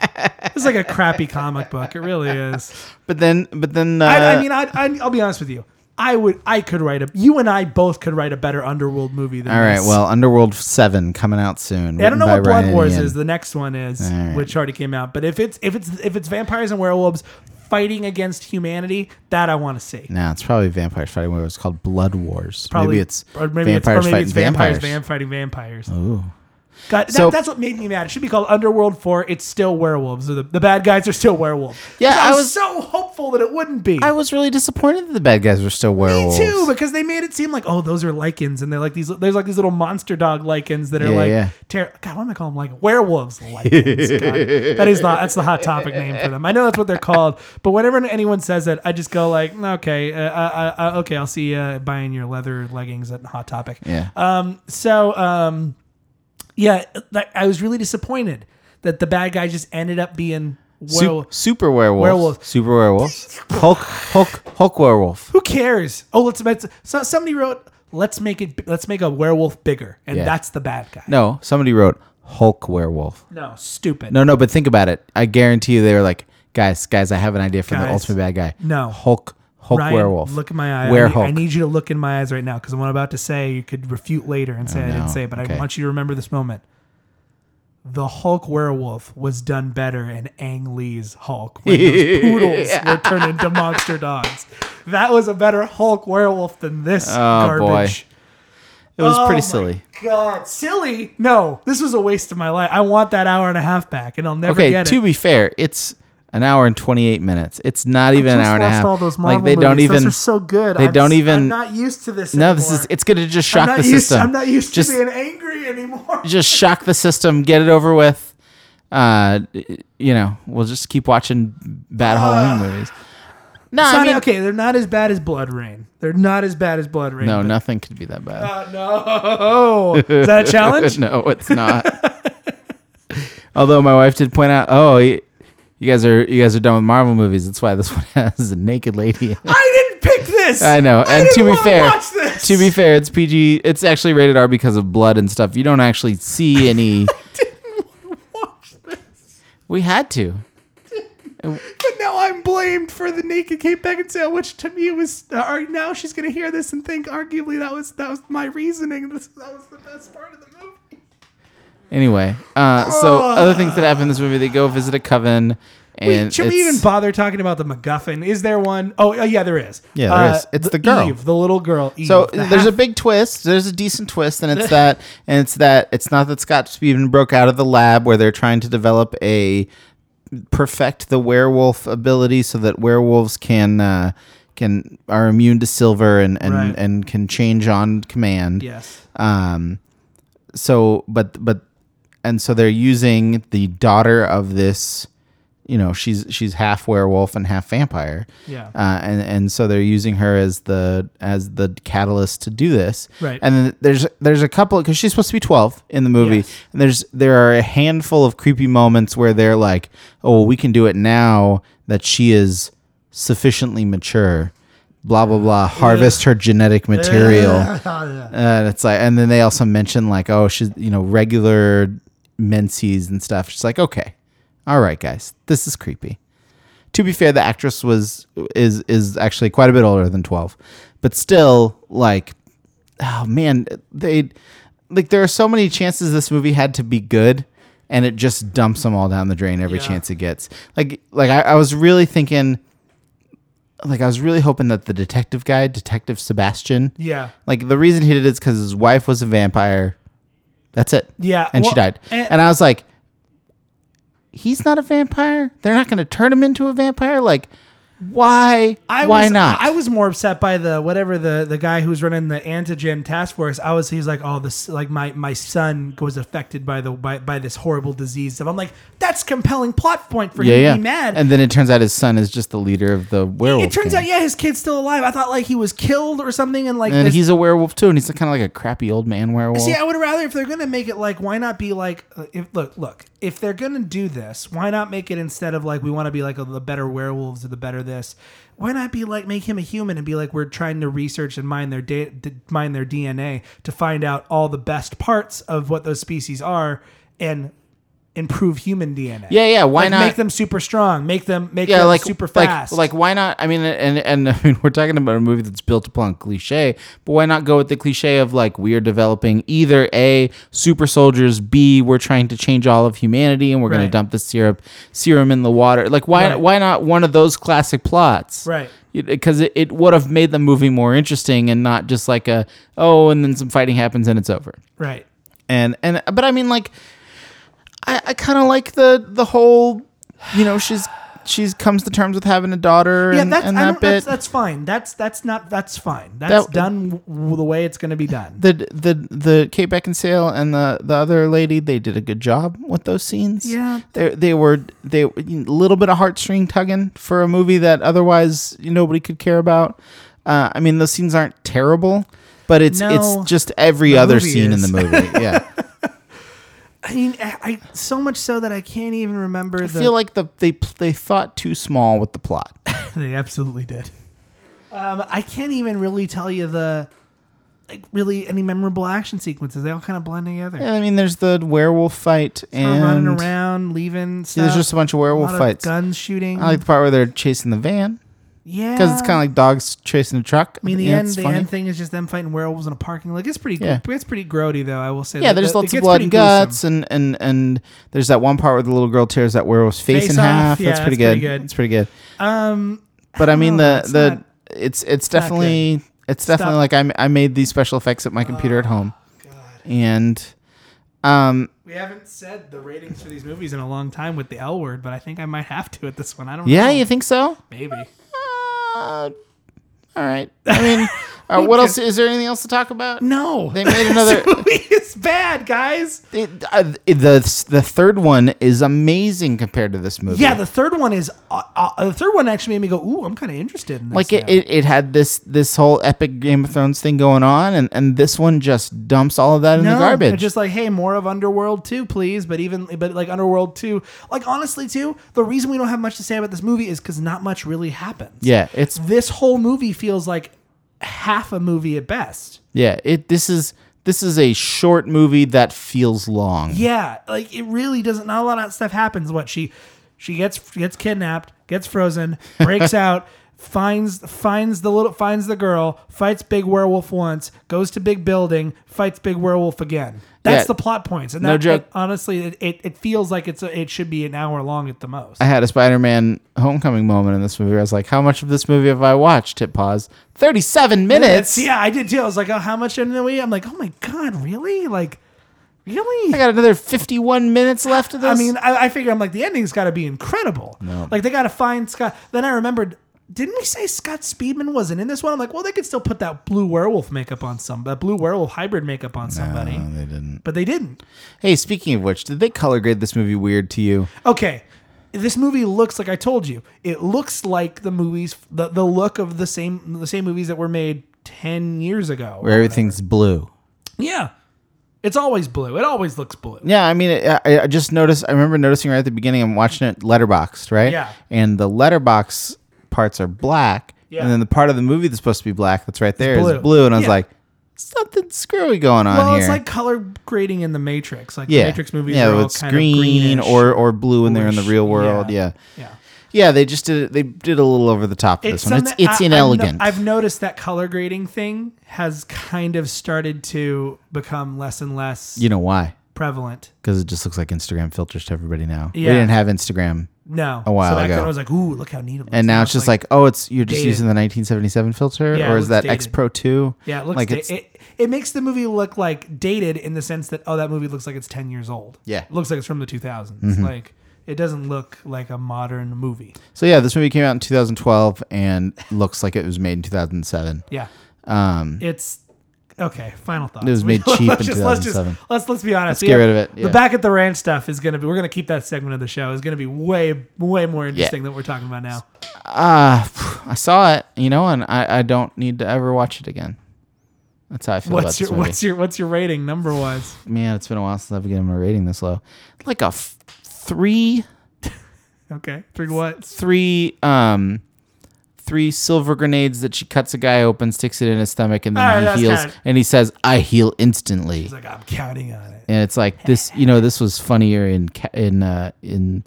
S2: it's like
S1: [LAUGHS]
S2: a crappy comic book. It really is.
S1: But then, but then, uh,
S2: I, I mean, I, I, I'll be honest with you. I would, I could write a. You and I both could write a better underworld movie than
S1: all right,
S2: this.
S1: well, Underworld Seven coming out soon.
S2: I don't know what
S1: written by
S2: Blood
S1: Ryan
S2: Wars
S1: Ian.
S2: is. The next one is,
S1: right.
S2: which already came out. But if it's if it's if it's vampires and werewolves fighting against humanity, that I want to see.
S1: No, it's probably vampires fighting werewolves. It's called Blood Wars.
S2: Probably,
S1: maybe it's
S2: or maybe it's, or
S1: vampires
S2: maybe
S1: fighting
S2: it's
S1: vampires.
S2: vampires, van- fighting vampires.
S1: Ooh.
S2: God, that,
S1: So-
S2: that's what made me mad. It should be called Underworld Four. It's still werewolves. The, the bad guys are still werewolves.
S1: Yeah,
S2: I
S1: I
S2: was,
S1: was-
S2: so hopeful that it wouldn't be.
S1: I was really disappointed that the bad guys were still
S2: me
S1: werewolves.
S2: too, because they made it seem like oh, those are lichens, and they're like these. There's like these little monster dog lichens that are
S1: Yeah,
S2: like
S1: yeah.
S2: ter- God, why am I calling them like
S1: [LAUGHS]
S2: werewolves? Lichens. God. that is not. That's the hot topic name for them. I know that's what they're called, but whenever anyone says it, I just go like, okay, uh, uh, uh, okay, I'll see you buying your leather leggings at Hot Topic.
S1: Yeah.
S2: Um. So um, yeah, that, I was really disappointed that the bad guy just ended up being
S1: Sup-
S2: werewolf.
S1: super werewolf.
S2: Werewolf.
S1: Super werewolf. Hulk. Hulk. Hulk werewolf.
S2: Who cares? Oh, let's let's- so somebody wrote let's make it let's make a werewolf bigger, and
S1: Yeah.
S2: that's the bad guy.
S1: No, somebody wrote Hulk werewolf.
S2: No, stupid.
S1: No, no, but think about it. I guarantee you, they were like, guys, guys, I have an idea for the
S2: Guys,
S1: ultimate bad guy.
S2: no.
S1: Hulk. Hulk
S2: Ryan,
S1: werewolf.
S2: Look in my eye. I need,
S1: Werehulk.
S2: I need you to look in my eyes right now because what I'm about to say you could refute later and say I
S1: Oh, no.
S2: didn't say, it, but
S1: Okay.
S2: I want you to remember this moment. The Hulk werewolf was done better in Ang Lee's Hulk
S1: [LAUGHS]
S2: when those poodles were turned into monster dogs. That was a better Hulk werewolf than this
S1: Oh, boy.
S2: garbage.
S1: It was
S2: Oh
S1: pretty
S2: my
S1: silly.
S2: God, silly? No, this was a waste of my life. I want that hour and a half back, and I'll never
S1: Okay,
S2: get
S1: to
S2: it.
S1: be fair, it's an hour and 28 minutes. It's not even an
S3: just
S1: hour and a
S3: watched
S1: half.
S3: all those
S1: like
S3: Marvel
S1: they don't
S3: movies. Those
S1: even
S3: are so good.
S1: they
S3: I'm
S1: don't
S3: s-
S1: even-
S3: I'm not used to this.
S1: No, this is
S3: anymore.
S1: it's going to just
S3: I'm
S1: shock
S3: not
S1: the
S3: used,
S1: system.
S3: I'm not used
S1: just
S3: to being angry anymore.
S1: just shock the system, get it over with. Uh you know, we'll just keep watching bad
S2: Uh,
S1: Halloween movies. No,
S2: It's
S1: I
S2: not-
S1: mean,
S2: okay, they're not as bad as Blood Rain. They're not as bad as Blood Rain.
S1: no,
S2: but-
S1: nothing could be that bad.
S2: Uh, [LAUGHS] no. Is that a challenge?
S1: [LAUGHS] no, it's not.
S2: [LAUGHS]
S1: Although my wife did point out, oh, y- you guys are you guys are done with Marvel movies. That's why this [LAUGHS] one has a naked lady. in
S2: [LAUGHS]
S1: it.
S2: I didn't pick this.
S1: I know.
S2: I
S1: and
S2: didn't
S1: to be
S2: wanna
S1: fair,
S2: watch this.
S1: to be fair, it's PG. It's actually rated R because of blood and stuff. You don't actually see
S2: [LAUGHS]
S1: any.
S2: watch this.
S1: we had to.
S2: But now I'm blamed for the naked Kate Beckinsale, which to me was. Uh, ar- now she's gonna hear this and think arguably that was that was my reasoning. This, that was the best part of the movie.
S1: Anyway, uh, so other things that happen in this movie, they go visit a coven, and
S2: Wait, should we
S1: it's-
S2: even bother talking about the MacGuffin? Is there one? Oh, uh, yeah, there is.
S1: Yeah, there is. It's the girl.
S2: Eve, the little girl. Eve,
S1: So
S2: the
S1: there's a
S2: half-
S1: big twist. There's a decent twist, and
S2: [LAUGHS]
S1: it's that, and it's that. It's not that Scott Speedman broke out of the lab where they're trying to develop a perfect the werewolf ability so that werewolves can uh, can are immune to silver and and,
S2: Right.
S1: and can change on command.
S2: yes.
S1: Um, so but but and so they're using the daughter of this. You know, she's she's half werewolf and half vampire
S2: Yeah.
S1: uh, and and so they're using her as the as the catalyst to do this.
S2: Right.
S1: And then there's there's a couple because she's supposed to be twelve in the movie,
S2: Yes.
S1: and there's there are a handful of creepy moments where they're like, "Oh, well, we can do it now that she is sufficiently mature." Blah blah blah. Harvest her genetic material.
S2: [LAUGHS]
S1: And it's like, and then they also mention like, oh, she's you know regular menses and stuff. She's like, okay, all right, guys, this is creepy. To be fair, the actress was is is actually quite a bit older than twelve, but still, like, oh man, they like there are so many chances this movie had to be good, and it just dumps them all down the drain every
S2: Yeah.
S1: chance it gets. Like, like I, I was really thinking. Like I was really hoping that the detective guy, Detective Sebastian,
S2: yeah.
S1: like the reason he did it is because his wife was a vampire. That's it.
S2: Yeah,
S1: and
S2: well,
S1: she died.
S2: and-
S1: And, I was like, he's not a vampire. They're not going to turn him into a vampire. Like, why?
S2: I
S1: why
S2: was,
S1: not?
S2: I was more upset by the whatever the the guy who's running the antigen task force. I was he's like, oh, this like my my son was affected by the by, by this horrible disease. stuff. I'm like, that's compelling plot point for
S1: yeah,
S2: him to
S1: yeah.
S2: be mad.
S1: And then it turns out his son is just the leader of the werewolf.
S2: it turns
S1: gang.
S2: out, yeah, his kid's still alive. I thought like he was killed or something, and like
S1: And
S2: this,
S1: he's a werewolf too, and he's kind of like a crappy old man werewolf.
S2: See, I would rather if they're gonna make it like, why not be like, uh, if look, look, if they're gonna do this, why not make it instead of like we want to be like oh, the better werewolves or the better this, why not be like make him a human and be like we're trying to research and mine their da- d- mine their DNA to find out all the best parts of what those species are and improve human DNA.
S1: yeah, yeah. Why
S2: Like,
S1: not?
S2: make them super strong? Make them make
S1: yeah,
S2: them
S1: like
S2: super
S1: like-
S2: fast.
S1: Like, why not? I mean, and and [LAUGHS] I mean, we're talking about a movie that's built upon cliche, but why not go with the cliche of like we are developing either a super soldiers, b we're trying to change all of humanity, and we're going
S2: Right.
S1: to dump the syrup serum in the water. Like, why
S2: Right.
S1: why not one of those classic plots?
S2: Right.
S1: Because it, it would have made the movie more interesting and not just like a oh, and then some fighting happens and it's over
S2: right.
S1: and and but I mean like I, I kind of like the the whole you know she's she's comes to terms with having a daughter
S2: Yeah,
S1: and,
S2: that's,
S1: and
S2: I
S1: that
S2: don't,
S1: bit
S2: that's that's fine. That's that's not that's fine. That's
S1: That-
S2: done w- w- the way it's going to be done.
S1: the the the Kate Beckinsale and the the other lady they did a good job with those scenes
S2: Yeah.
S1: they they were they a little bit of heartstring tugging for a movie that otherwise nobody could care about uh, I mean those scenes aren't terrible but it's
S2: No.
S1: it's just every
S2: The
S1: other
S2: movie
S1: scene
S2: is.
S1: in the movie
S2: [LAUGHS]
S1: yeah
S2: I mean, I, I so much so that I can't even remember.
S1: I
S2: [LAUGHS]
S1: feel like the they they thought too small with the plot.
S2: they absolutely did. Um, I can't even really tell you the like really any memorable action sequences. They all kind of blend together.
S1: Yeah, I mean, there's the werewolf fight
S2: Her
S1: and
S2: running around, leaving stuff.
S1: Yeah, there's just a bunch of
S2: a
S1: werewolf
S2: lot of
S1: fights.
S2: guns shooting.
S1: I like the part where they're chasing the van
S2: yeah,
S1: because it's kind of like dogs chasing a truck.
S2: I mean, the
S1: Yeah,
S2: end,
S1: it's
S2: the
S1: funny.
S2: end thing is just them fighting werewolves in a parking lot. It's pretty,
S1: Yeah.
S2: it's pretty grody though. I will say.
S1: Yeah,
S2: Like,
S1: there's
S2: the- it
S1: lots of
S2: gets
S1: blood
S2: pretty
S1: and
S2: gruesome.
S1: guts, and, and and there's that one part where the little girl tears that werewolf's face,
S2: Face
S1: in
S2: off,
S1: half.
S2: yeah,
S1: that's pretty
S2: that's
S1: good.
S2: pretty good.
S1: It's pretty good.
S2: Um,
S1: But I mean,
S2: know,
S1: the
S2: it's
S1: the
S2: not-
S1: it's it's
S2: not good.
S1: definitely it's definitely
S2: Stop.
S1: like I I made these special effects at my computer at home, and Um,
S2: We haven't said the ratings for these movies in a long time with the L word, but I think I might have to at this one. I don't
S1: yeah,
S2: know.
S1: you think so?
S2: Maybe.
S1: Uh, all right. I
S2: [LAUGHS]
S1: mean, uh, what else? Is there anything else to talk about?
S2: No.
S1: They made
S2: [LAUGHS]
S1: another.
S2: it's bad, guys.
S1: it, uh, it- the the third one is amazing compared to this movie.
S2: Yeah, the third one is. Uh, uh, the third one actually made me go, ooh, I'm kind of interested in this.
S1: like it,
S2: now."
S1: it, it had this this whole epic Game of Thrones thing going on, and, and this one just dumps all of that in the
S2: No,
S1: garbage.
S2: they're Just like, hey, more of Underworld 2, please. But even, but like Underworld 2, like honestly, too, the reason we don't have much to say about this movie is because not much really happens.
S1: yeah, it's
S2: This whole movie feels like half a movie at best.
S1: yeah. It this is this is a short movie that feels long.
S2: Yeah. Like it really doesn't, not a lot of stuff happens. What she, she gets, gets kidnapped, gets frozen,
S1: [LAUGHS]
S2: breaks out. Finds finds the little finds the girl, fights big werewolf once, goes to big building, fights big werewolf again. That's
S1: Yeah.
S2: the plot points, and
S1: No
S2: that,
S1: joke.
S2: honestly, it, it, it feels like it's a, it should be an hour long at the most.
S1: I had a Spider-Man Homecoming moment in this movie. Where I was like, "How much of this movie have I watched?" Hit pause. Thirty-seven [LAUGHS] minutes.
S2: It's- yeah, I did too. I was like, oh, how much in the we? I'm like, oh my god, really? Like,
S1: I
S2: really?
S1: got another fifty-one minutes left of this.
S2: I mean, I, I figure I'm like the ending's got to be incredible. Like they got to find Scott. Then I remembered, didn't we say Scott Speedman wasn't in this one? I'm like, well, they could still put that blue werewolf makeup on some, that blue werewolf hybrid makeup on somebody,
S1: No, they didn't.
S2: but they didn't.
S1: Hey, speaking of which, did they color grade this movie weird to you?
S2: Okay. This movie looks like I told you. It looks like the movies, the, the look of the same the same movies that were made ten years ago.
S1: Where everything's blue.
S2: Yeah. It's always blue. It always looks blue.
S1: Yeah, I mean, I, I- I just noticed. I remember noticing right at the beginning. I'm watching it letterboxed, right?
S2: Yeah.
S1: And the letterbox parts are black,
S2: Yeah.
S1: and then the part of the movie that's supposed to be black that's right there is blue.
S2: blue.
S1: And I was
S2: Yeah.
S1: like, something screwy going on
S2: Well,
S1: here.
S2: it's like color grading in the Matrix. Like
S1: yeah,
S2: the Matrix movies
S1: Yeah,
S2: are all
S1: it's
S2: kind
S1: green
S2: of greenish.
S1: or or blue when they're in the
S2: bluish.
S1: real world.
S2: Yeah.
S1: Yeah.
S2: yeah.
S1: yeah, They just did it. They did a little over the top of this one. It's
S2: something-
S1: it's
S2: I- I'm no-
S1: inelegant.
S2: I've noticed that color grading thing has kind of started to become less and less
S1: you know why?
S2: prevalent.
S1: Because it just looks like Instagram filters to everybody now.
S2: Yeah.
S1: We didn't have Instagram,
S2: No, a
S1: while
S2: so back
S1: ago.
S2: Then I was like, "Ooh, look how neat it looks."
S1: and now it's just like, oh, it's you're just
S2: dated.
S1: using the 1977 filter,
S2: Yeah, it
S1: or
S2: looks
S1: is that
S2: dated.
S1: X Pro two?
S2: yeah, it looks
S1: like
S2: da-
S1: it's
S2: it, it makes the movie look like dated in the sense that oh, that movie looks like it's ten years old.
S1: Yeah. Mm-hmm.
S2: it looks like it's from the two Like it doesn't look like a modern movie.
S1: So yeah, this movie came out in 2012 and looks like it was made in 2007.
S2: Yeah.
S1: Um,
S2: It's okay. Final thoughts.
S1: was made
S2: We-
S1: cheap
S2: [LAUGHS] let's
S1: in
S2: just- let's just-
S1: 2007.
S2: Let's let's be honest.
S1: Let's get rid of it, yeah.
S2: The back at the ranch stuff is gonna be. We're gonna keep that segment of the show. Is gonna be way way more interesting than what we're talking about now.
S1: uh, I saw it, you know, and I, I don't need to ever watch it again. That's how I feel about
S2: What's your
S1: this movie.
S2: what's your what's your rating number wise?
S1: Man, it's been a while since I've given a rating this low. Like a f- three,
S2: Okay, three what?
S1: three, um, three silver grenades that she cuts a guy open, sticks it in his stomach, and then
S2: All right, that's
S1: he heals.
S2: kinda-
S1: And he says, "I heal instantly."
S2: He's like, I'm counting on it.
S1: and it's like this you know this was funnier in ca- in uh, in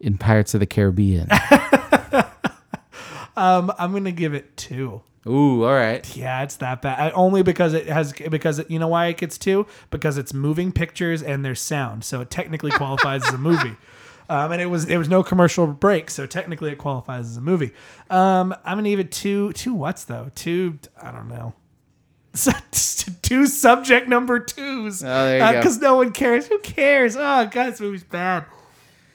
S1: in Pirates of the
S2: [LAUGHS]
S1: Caribbean.
S2: Um, I'm gonna give it two.
S1: Ooh, all right.
S2: Yeah, it's that bad. I, only because it has because it, you know why it gets two because it's moving pictures and there's sound, so it technically qualifies as
S1: [LAUGHS]
S2: a movie. Um, and it was there was no commercial break, so technically it qualifies as a movie. Um, I'm gonna give it two two what's though two I don't know. [LAUGHS] two subject number twos. Oh,
S1: there you go.
S2: Because no one cares. Who cares? Oh god, this movie's bad.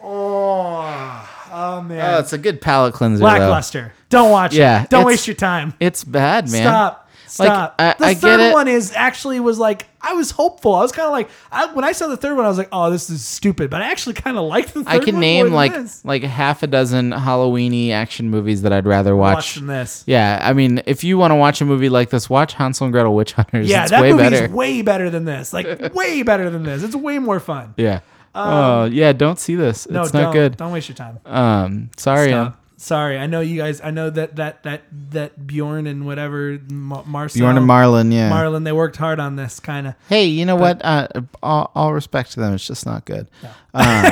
S2: Oh, oh man,
S1: Oh, it's a good palate cleanser. Though.
S2: lackluster. Don't watch
S1: Yeah,
S2: it. Don't
S1: it's-
S2: waste your time.
S1: It's bad, man.
S2: Stop.
S1: Like,
S2: Stop.
S1: I-
S2: the
S1: I get
S2: third
S1: it.
S2: one is actually was like I was hopeful. I was kind of like I, when I saw the third one, I was like, "Oh, this is stupid," but I actually kind of liked the third one.
S1: I can
S2: more
S1: name
S2: than
S1: like
S2: this.
S1: like half a dozen Halloweeny action movies that I'd rather
S2: watch
S1: watch.
S2: than this.
S1: yeah, I mean, if you want to watch a movie like this, watch Hansel and Gretel Witch Hunters.
S2: Yeah,
S1: it's
S2: that
S1: way
S2: movie
S1: better.
S2: is way better than
S1: [LAUGHS]
S2: this. Like way better than this. It's way more fun.
S1: yeah. oh yeah, don't see this.
S2: Um, No,
S1: it's
S2: don't,
S1: not good.
S2: Don't waste your time.
S1: Um, sorry.
S2: Stop.
S1: um,
S2: Sorry, I know you guys. I know that that that that Bjorn and whatever Ma- Marcel
S1: Bjorn and Marlon. Yeah.
S2: Marlon, they worked hard on this kind of.
S1: Hey, you know what? Uh, all, all respect to them. It's just not good.
S2: [LAUGHS]
S1: Um,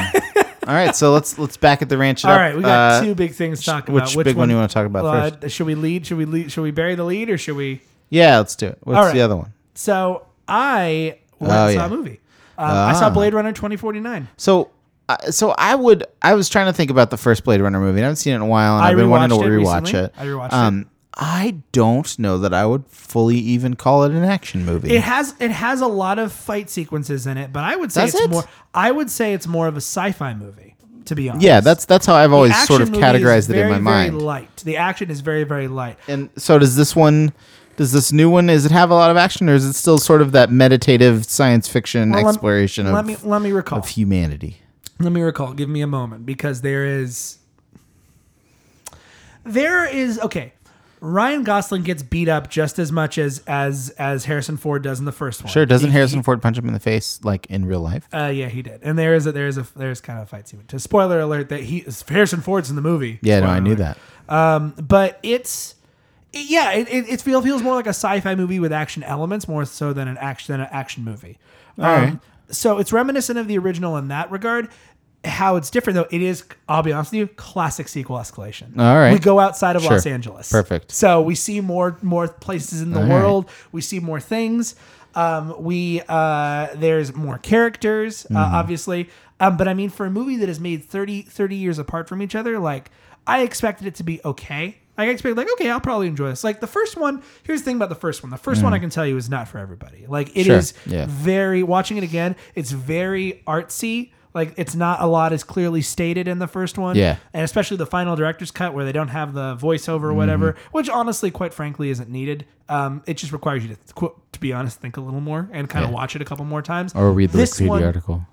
S1: all right, so let's let's back at the ranch. It
S2: All
S1: up.
S2: right, we got
S1: Uh,
S2: two big things to talk
S1: Which,
S2: about.
S1: big one, you want to talk about
S2: Uh,
S1: first?
S2: should we lead? Should we lead? Should we bury the lead, or should we?
S1: Yeah, let's do it. What's
S2: all right.
S1: the other one?
S2: So I went
S1: Oh,
S2: and saw
S1: yeah. Ah.
S2: a movie. Um, I saw Blade Runner twenty forty nine.
S1: So, uh, so I would. I was trying to think about the first Blade Runner movie. and I haven't seen it in a while, and
S2: I
S1: have been wanting to
S2: rewatched it
S1: rewatch
S2: recently.
S1: it.
S2: I rewatched it.
S1: um, I don't know that I would fully even call it an action movie.
S2: It has it has a lot of fight sequences in it, but I would say
S1: Does
S2: it's
S1: it?
S2: more. I would say it's more of a sci-fi movie. To be honest,
S1: yeah, that's that's how I've
S2: The
S1: always sort of
S2: action movie is
S1: categorized it in
S2: very,
S1: my
S2: very
S1: mind.
S2: Light. The action is very very light.
S1: and so does this one does this new one does it have a lot of action or is it still sort of that meditative science fiction
S2: Well, lem-
S1: exploration
S2: Let
S1: of,
S2: me let me recall.
S1: of humanity?
S2: Let me recall. Give me a moment because there is. There is okay. Ryan Gosling gets beat up just as much as as as Harrison Ford does in the first one.
S1: Sure, doesn't Harrison Ford punch him in the face like in real life?
S2: Uh, yeah, he did. And there is a there is a there's kind of a fight scene. To spoiler alert, that he Harrison Ford's in the movie.
S1: Yeah, no,
S2: Spoiler
S1: I knew
S2: alert.
S1: that.
S2: Um, but it's it- yeah, it, it, it feels feels more like a sci-fi movie with action elements more so than an action than an action movie. Um,
S1: Alright.
S2: So it's reminiscent of the original in that regard. How it's different though, it is. I'll be honest with you, classic sequel escalation.
S1: All right.
S2: we go outside of
S1: Sure.
S2: Los Angeles.
S1: Perfect.
S2: So we see more more places in the
S1: All right.
S2: world. We see more things. Um, we uh, there's more characters, uh,
S1: Mm-hmm.
S2: obviously. Um, but I mean, for a movie that is made 30, 30 years apart from each other, like I expected it to be okay. Like, I expected, like, okay, I'll probably enjoy this. Like the first one. Here's the thing about the first one. The first one I can tell you is not for everybody. Like it is
S1: Mm. Sure. Yeah.
S2: very watching it again. It's very artsy. Like it's not a lot is clearly stated in the first one
S1: Yeah.
S2: and especially the final director's cut where they don't have the voiceover or whatever,
S1: Mm-hmm.
S2: which honestly, quite frankly, isn't needed. Um, it just requires you to, qu- to be honest, think a little more and kind of
S1: Yeah.
S2: watch it a couple more times.
S1: Or read the
S2: this
S1: Wikipedia
S2: one,
S1: article.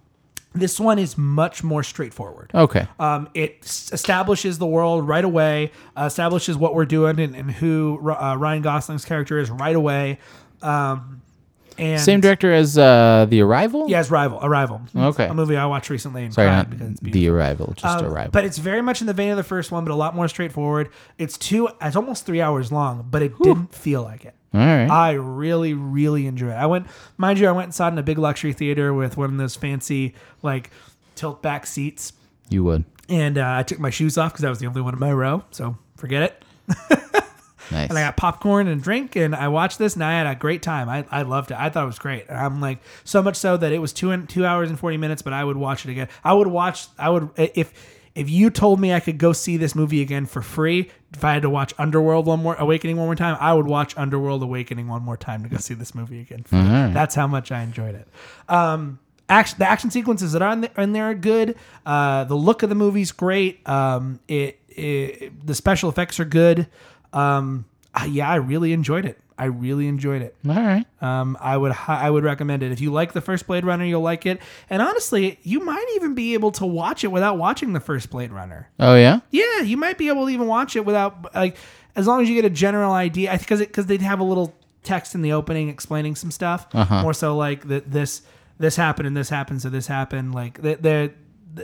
S2: This one is much more straightforward.
S1: Okay.
S2: Um, it s- establishes the world right away, uh, establishes what we're doing and, and who uh, Ryan Gosling's character is right away. Um, and
S1: Same director as uh, The Arrival?
S2: Yeah, it's Rival, Arrival.
S1: Okay.
S2: A movie I watched recently and
S1: Sorry,
S2: cried
S1: not
S2: because it's beautiful.
S1: The Arrival, just
S2: Um,
S1: Arrival.
S2: But it's very much in the vein of the first one, but a lot more straightforward. It's two, it's almost three hours long, but it didn't feel like it.
S1: All right.
S2: I really, really enjoyed it. I went, mind you, I went and saw it in a big luxury theater with one of those fancy like tilt back seats,
S1: you would.
S2: and uh, I took my shoes off because I was the only one in my row. So forget it.
S1: Nice.
S2: And I got popcorn and drink, and I watched this, and I had a great time. I, I loved it. I thought it was great. And I'm like so much so that it was two and two hours and forty minutes, but I would watch it again. I would watch. I would if if you told me I could go see this movie again for free, if I had to watch Underworld one more Awakening one more time, I would watch Underworld Awakening one more time to go see this movie again. for free. That's how much I enjoyed it. Um, action, the action sequences that are in there, in there are good. Uh, the look of the movie's great. Um, it, it the special effects are good. Um, I- yeah, I really enjoyed it. I really enjoyed it.
S1: All right.
S2: Um, I would hi- I would recommend it. If you like the first Blade Runner, you'll like it. And honestly, you might even be able to watch it without watching the first Blade Runner.
S1: Oh, yeah?
S2: Yeah, you might be able to even watch it without like as long as you get a general idea. I because because they'd have a little text in the opening explaining some stuff.
S1: Uh-huh.
S2: More so like that this this happened and this happened so this happened. Like they they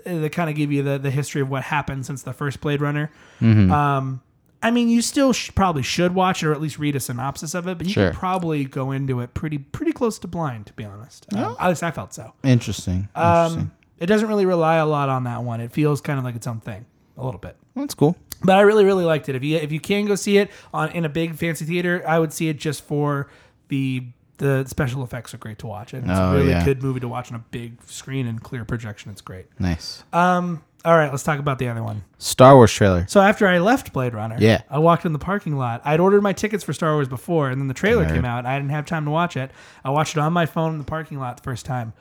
S2: they kind of give you the the history of what happened since the first Blade Runner.
S1: Mm-hmm.
S2: Um, I mean, you still sh- probably should watch it or at least read a synopsis of it, but you
S1: Sure.
S2: could probably go into it pretty pretty close to blind, to be honest. Um, at least I felt so.
S1: Interesting. Oh. Interesting.
S2: Um, it doesn't really rely a lot on that one. It feels kind of like its own thing, a little bit
S1: That's cool.
S2: but I really really liked it. If you if you can go see it on in a big fancy theater, I would see it just for the the special effects are great to watch. And it's
S1: Oh,
S2: a really
S1: yeah.
S2: good movie to watch on a big screen and clear projection. It's great.
S1: Nice.
S2: Um, all right, let's talk about the other one.
S1: Star Wars trailer.
S2: So after I left Blade Runner,
S1: Yeah.
S2: I walked in the parking lot. I'd ordered my tickets for Star Wars before, and then the trailer
S1: Nerd.
S2: came out. And I didn't have time to watch it. I watched it on my phone in the parking lot the first time.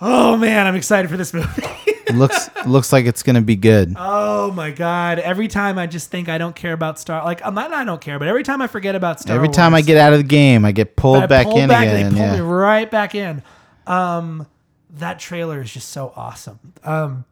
S2: Oh man, I'm excited for this movie. [LAUGHS]
S1: looks looks like it's gonna be good.
S2: Oh my god! Every time I just think I don't care about Star. Like I'm not. I don't care, but every time I forget about Star.
S1: Every time I
S2: Wars,
S1: get out of the game, I get pulled
S2: I
S1: back
S2: pull
S1: in
S2: They
S1: again.
S2: pull me
S1: Yeah.
S2: right back in. Um, that trailer is just so awesome. Um,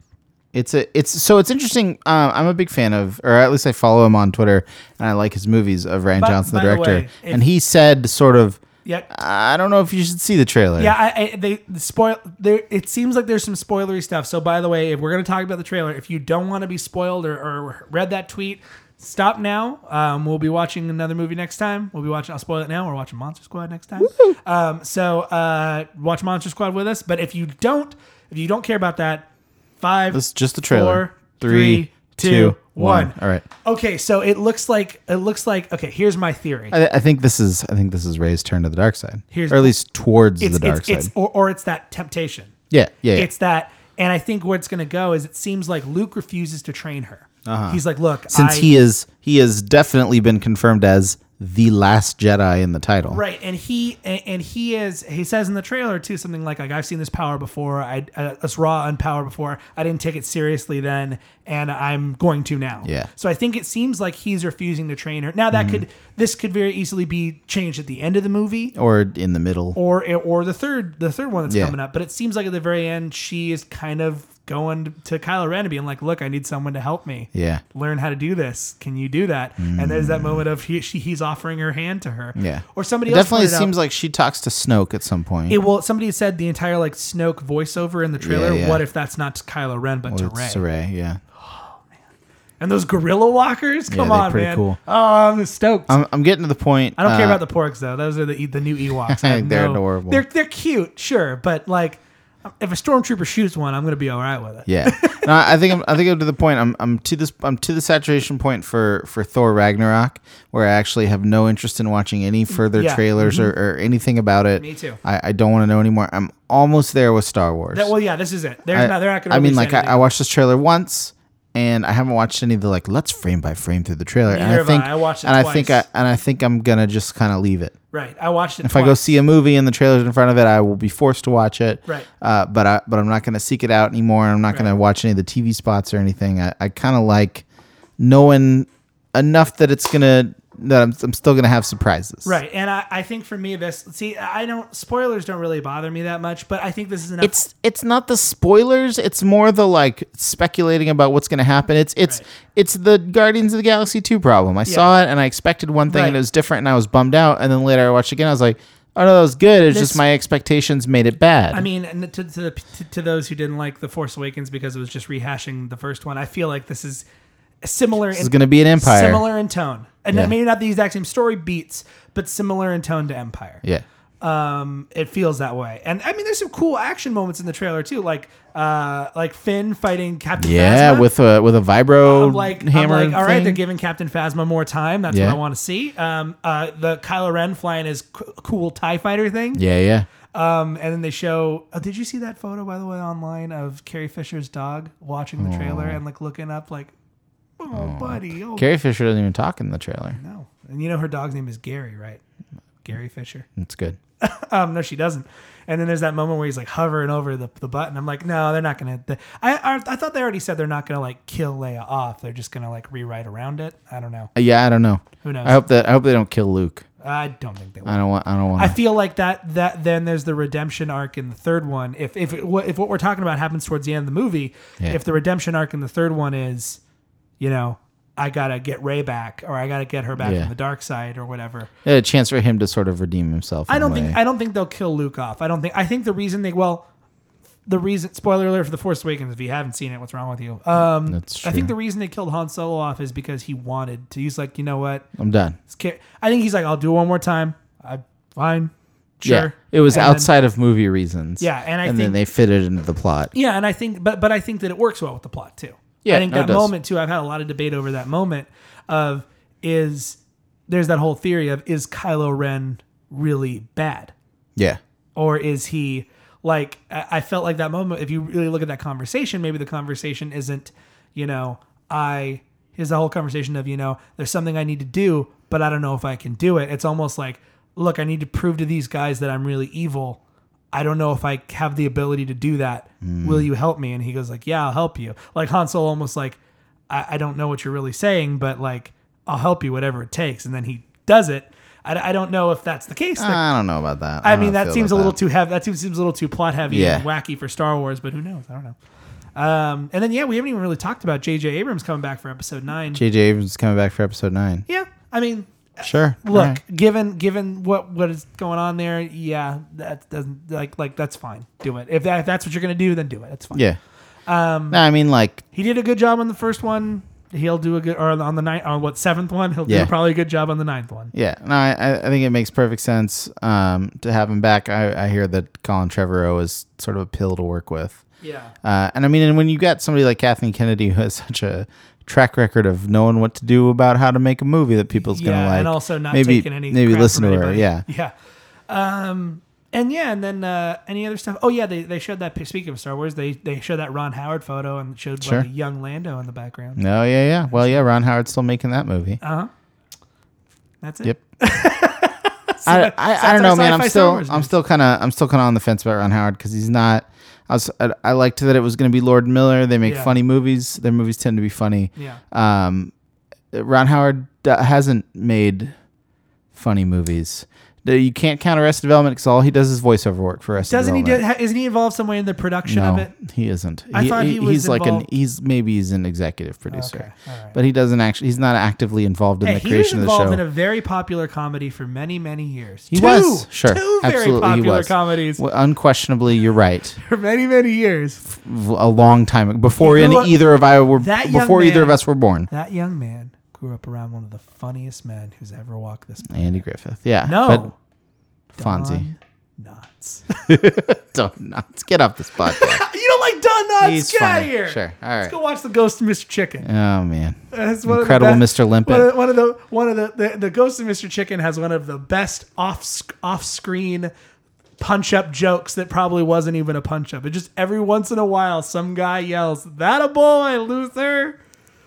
S1: It's a it's so it's interesting. Um, I'm a big fan of, or at least I follow him on Twitter, and I like his movies of Ryan
S2: By-
S1: Johnson, the
S2: by the
S1: director.
S2: way, if-
S1: and he said, sort of,
S2: yeah,
S1: I don't know if you should see the trailer.
S2: yeah. I, I they the spoil. There, it seems like there's some spoilery stuff. So by the way, if we're gonna talk about the trailer, if you don't want to be spoiled or, or read that tweet. Stop now. Um, we'll be watching another movie next time. We'll be watching. I'll spoil it now. We're watching Monster Squad next time. Um, so uh, watch Monster Squad with us. But if you don't, if you don't care about that, five,
S1: This is just the trailer.
S2: Four,
S1: Three,
S2: three, two, one.
S1: All right.
S2: Okay, so it looks like it looks like okay. Here's my theory.
S1: I, I think this is I think this is Ray's turn to the dark side,
S2: Here's-
S1: or at least towards
S2: It's
S1: the dark
S2: it's,
S1: side.
S2: it's or, or it's that temptation.
S1: yeah, yeah, yeah.
S2: It's that, and I think where it's going to go is it seems like Luke refuses to train her. He's like, look,
S1: Uh-huh. since
S2: I,
S1: he is he has definitely been confirmed as the last Jedi in the title.
S2: Right, and he and and he is he says in the trailer too something like like I've seen this power before, I uh, this raw unpower before. I didn't take it seriously then, and I'm going to now.
S1: Yeah. Mm-hmm.
S2: So I think it seems like he's refusing to train her. Now that could this could very easily be changed at the end of the movie.
S1: Or in the middle.
S2: Or, or the third the third one that's
S1: Yeah.
S2: coming up, but it seems like at the very end she is kind of going to Kylo Ren and being like, "Look, I need someone to help me."
S1: yeah.
S2: learn how to do this. Can you do that? And there's that moment of he, she, he's offering her hand to her.
S1: Yeah.
S2: Or somebody
S1: It
S2: else
S1: definitely
S2: pointed out-
S1: seems like she talks to Snoke at some point.
S2: It, well, somebody said the entire like Snoke voiceover in the trailer.
S1: yeah.
S2: What if that's not Kylo Ren but to
S1: With
S2: Rey?
S1: Saray, yeah.
S2: And those gorilla walkers? Come
S1: they're
S2: on,
S1: pretty
S2: man.
S1: cool.
S2: Oh, I'm stoked.
S1: I'm, I'm getting to the point.
S2: I don't care
S1: uh,
S2: about the porks though. Those are the e- the new
S1: [LAUGHS]
S2: Ewoks. I have
S1: They're
S2: no-
S1: adorable.
S2: They're they're cute, sure, but like if a stormtrooper shoots one, I'm gonna be all right with
S1: [LAUGHS]
S2: it.
S1: Yeah, no, I think I'm. I think I'm to the point. I'm. I'm to this. I'm to the saturation point for for Thor Ragnarok, where I actually have no interest in watching any further
S2: Yeah. mm-hmm.
S1: trailers or, or anything about it.
S2: Me too.
S1: I, I don't want to know anymore. I'm almost there with Star Wars.
S2: That- well, yeah, this is it. They're
S1: I,
S2: not. They're not gonna.
S1: I mean,
S2: release
S1: like
S2: anything.
S1: I, I watched this trailer once, and I haven't watched any of the like let's frame by frame through the trailer. And
S2: Neither
S1: I
S2: have
S1: think
S2: I. I watched it
S1: and I
S2: twice.
S1: think I and I think I'm gonna just kind of leave it.
S2: right. I watched it.
S1: If I go see a movie and the trailer's in front of it, I will be forced to watch it.
S2: Right.
S1: Uh, but I but I'm not going to seek it out anymore. I'm not going to watch any of the TV spots or anything. I, I kind of like knowing enough that it's gonna that I'm, I'm still gonna have surprises.
S2: Right, and I, I think for me this see I don't spoilers don't really bother me that much, but I think this is enough.
S1: It's it's not the spoilers. It's more the like speculating about what's going to happen. It's it's
S2: Right.
S1: it's the Guardians of the Galaxy two problem. I saw it and I expected one thing and
S2: Right.
S1: it was different and I was bummed out. And then later I watched it again. I was like, oh no, that was good. It's
S2: This-
S1: just my expectations made it bad.
S2: I mean, and to to, the, to to those who didn't like the Force Awakens because it was just rehashing the first one, I feel like this is similar.
S1: this is going to be an empire.
S2: similar in tone, and
S1: Yeah.
S2: maybe not the exact same story beats, but similar in tone to Empire.
S1: Yeah.
S2: Um, it feels that way, and I mean, there's some cool action moments in the trailer too, like uh, like Finn fighting Captain.
S1: Yeah,
S2: Phasma.
S1: with a with a vibro
S2: I'm like,
S1: hammer.
S2: I'm like, all right,
S1: thing.
S2: they're giving Captain Phasma more time. That's
S1: Yeah.
S2: what I want to see. Um, uh, the Kylo Ren flying his c- cool Tie Fighter thing.
S1: yeah, yeah.
S2: Um, and then they show. Oh, did you see that photo by the way online of Carrie Fisher's dog watching the trailer and like looking up like, oh, buddy, oh
S1: Carrie Fisher doesn't even talk in the trailer.
S2: no. And you know her dog's name is Gary, right? Gary Fisher. [LAUGHS]
S1: It's good.
S2: Um, no, she doesn't. And then there's that moment where he's like hovering over the, the button. I'm like, no, they're not gonna. The, I, I I thought they already said they're not gonna like kill Leia off. They're just gonna like rewrite around it. I don't know.
S1: Uh, Yeah, I don't know.
S2: Who knows?
S1: I hope that I hope they don't kill Luke.
S2: I don't think they will.
S1: I don't want. I don't
S2: I
S1: want. to
S2: feel like that that then there's the redemption arc in the third one. If if it, what- if what we're talking about happens towards the end of the movie,
S1: Yeah.
S2: if the redemption arc in the third one is, you know, I gotta get Ray back or I gotta get her back
S1: Yeah.
S2: from the dark side or whatever.
S1: a chance for him to sort of redeem himself.
S2: I
S1: in a
S2: don't
S1: way.
S2: think I don't think they'll kill Luke off. I don't think I think the reason they well, the reason spoiler alert for the Force Awakens if you haven't seen it, what's wrong with you? Um,
S1: That's
S2: I think the
S1: true.
S2: reason they killed Han Solo off is because he wanted to. He's like, you know what?
S1: I'm done.
S2: It's ca- I think he's like, I'll do it one more time. I fine, sure.
S1: Yeah, it was
S2: And then-
S1: outside of movie reasons.
S2: Yeah, and I
S1: and then
S2: think-
S1: they fit it into the plot.
S2: Yeah, and I think, but but I think that it works well with the plot too.
S1: Yeah,
S2: I think
S1: no, it
S2: that
S1: does.
S2: moment too. I've had a lot of debate over that moment. Of is there's that whole theory of is Kylo Ren really bad
S1: Yeah,
S2: or is he like I I felt like that moment. If you really look at that conversation, maybe the conversation isn't you know I is the whole conversation of you know there's something I need to do, but I don't know if I can do it. It's almost like look, I need to prove to these guys that I'm really evil. I don't know if I have the ability to do that. Will you help me? And he goes like, Yeah, I'll help you. Like Han Solo almost like, I, I don't know what you're really saying, but like I'll help you whatever it takes. And then he does it. I, I don't know if that's the case. Like,
S1: I don't know about that.
S2: I
S1: don't
S2: mean,
S1: know how I
S2: that
S1: feel
S2: seems a
S1: about
S2: little
S1: that.
S2: too heavy. That seems, seems a little too plot heavy and
S1: Yeah.
S2: wacky for Star Wars, but who knows? I don't know. Um, and then, yeah, we haven't even really talked about J.J. Abrams coming back for episode nine.
S1: J.J. Abrams is coming back for episode nine.
S2: yeah, I mean,
S1: Sure. All
S2: look,
S1: right.
S2: given given what what is going on there, yeah, that doesn't like like that's fine. Do it if, that, if that's what you're gonna do, then do it. That's fine.
S1: Yeah. Um. No, I mean, like,
S2: he did a good job on the first one. He'll do a good or on the ninth on what seventh one. He'll
S1: Yeah.
S2: do probably a good job on the ninth one.
S1: Yeah, no, I, I- I think it makes perfect sense um, to have him back. I, I hear that Colin Trevorrow is sort of a pill to work with.
S2: Yeah.
S1: Uh, and I mean, and when you got somebody like Kathleen Kennedy who has [LAUGHS] such a track record of knowing what to do about how to make a movie that people's
S2: yeah,
S1: gonna like,
S2: and also not
S1: maybe
S2: taking any
S1: maybe
S2: crap
S1: listen
S2: from
S1: to her.
S2: anybody.
S1: Yeah,
S2: [LAUGHS] yeah. Um, And yeah, and then uh, any other stuff? Oh yeah, they, they showed that. Speaking of Star Wars, they they showed that Ron Howard photo and showed
S1: Sure. Mm.
S2: like a young Lando in the background.
S1: No, yeah, yeah. Well, yeah, Ron Howard's still making that
S2: [LAUGHS]
S1: movie.
S2: Uh huh. That's it.
S1: Yep. I, I, I don't know,
S2: our
S1: man. I'm
S2: sci-fi Star
S1: still
S2: Wars
S1: I'm
S2: news.
S1: still kind of I'm still kind of on the fence about Ron Howard because he's not. I was I, I liked that it was going to be Lord Miller. They make
S2: Yeah.
S1: funny movies. Their movies tend to be funny.
S2: Yeah.
S1: Um, Ron Howard uh, hasn't made funny movies. The- You can't count Arrested Development because all he does is voiceover work for Arrested
S2: Doesn't he? Do,
S1: Development.
S2: ha- isn't he involved some way in the production
S1: no,
S2: of it?
S1: he isn't.
S2: I thought he was
S1: he's like
S2: involved-
S1: an he's maybe he's an executive producer,
S2: Okay, all right.
S1: but he doesn't actually. He's not actively involved in
S2: Hey,
S1: the
S2: he was
S1: creation of the
S2: involved
S1: show.
S2: in a very popular comedy for many, many years.
S1: He
S2: two,
S1: was sure,
S2: two very
S1: absolutely,
S2: popular
S1: he was.
S2: comedies
S1: Well, unquestionably, you're right.
S2: for many, many years.
S1: A long time before
S2: You know
S1: any,
S2: what?
S1: either of I were
S2: That young
S1: before either
S2: man-
S1: of us were born.
S2: That young man grew up around one of the funniest men who's ever walked this. Planet.
S1: Andy Griffith, yeah,
S2: No,
S1: but Fonzie, [LAUGHS]
S2: Nuts.
S1: don't not get
S2: [LAUGHS]
S1: off this podcast.
S2: you don't like Don Knotts?
S1: He's
S2: Get out of
S1: funny.
S2: here.
S1: Sure, all right.
S2: Let's go watch the Ghost of Mr. Chicken.
S1: Oh man,
S2: That's one of the
S1: Incredible
S2: best-
S1: Mr. Limpet.
S2: One of, one of the one of the, the the Ghost of Mr. Chicken has one of the best off off screen punch up jokes that probably wasn't even a punch up. It just every once in a while some guy yells, "That a boy, Luther!"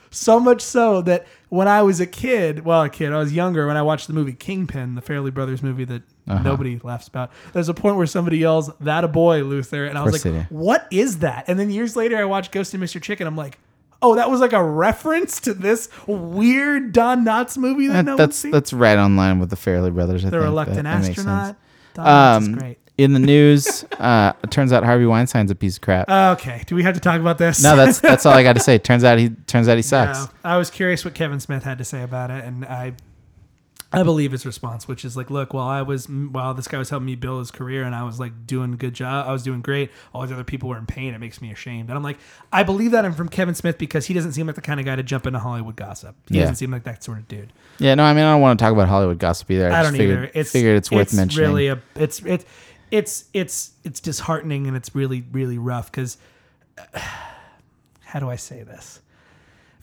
S2: So much so that when I was a kid, well, a kid, I was younger when I watched the movie Kingpin, the Fairley Brothers movie that
S1: Uh-huh.
S2: nobody laughs about. There's a point where somebody yells, "That a boy, Luther," and I was
S1: course they do.
S2: like, "What is that?" And then years later, I watched Ghost and Mr. Chicken. I'm like, "Oh, that was like a reference to this weird Don Knotts movie that,
S1: That-
S2: no one's
S1: that's
S2: seen."
S1: that's right on line with the Fairley Brothers. I
S2: the
S1: think.
S2: reluctant
S1: That- that makes
S2: astronaut.
S1: sense.
S2: Don Knotts is
S1: Um,
S2: great.
S1: in the
S2: [LAUGHS]
S1: news, uh, it turns out Harvey Weinstein's a piece of
S2: Uh,
S1: crap.
S2: Okay, do we have to talk about this?
S1: no, that's that's all I got to
S2: [LAUGHS]
S1: say. Turns out he turns out he sucks.
S2: No. I was curious what Kevin Smith had to say about it, and I, I believe his response, which is like, "Look, while I was, while this guy was helping me build his career, and I was like doing a good job, I was doing great. All these other people were in pain. It makes me ashamed." And I'm like, I believe that I'm from Kevin Smith because he doesn't seem like the kind of guy to jump into Hollywood gossip. He
S1: Yeah.
S2: doesn't seem like that sort of dude.
S1: Yeah, no, I mean I don't want to talk about Hollywood gossip either. I, just
S2: I don't
S1: figured,
S2: either. It's
S1: figured it's worth mentioning.
S2: Really, a, it's it's it's it's it's disheartening and it's really really rough because [SIGHS] how do I say this?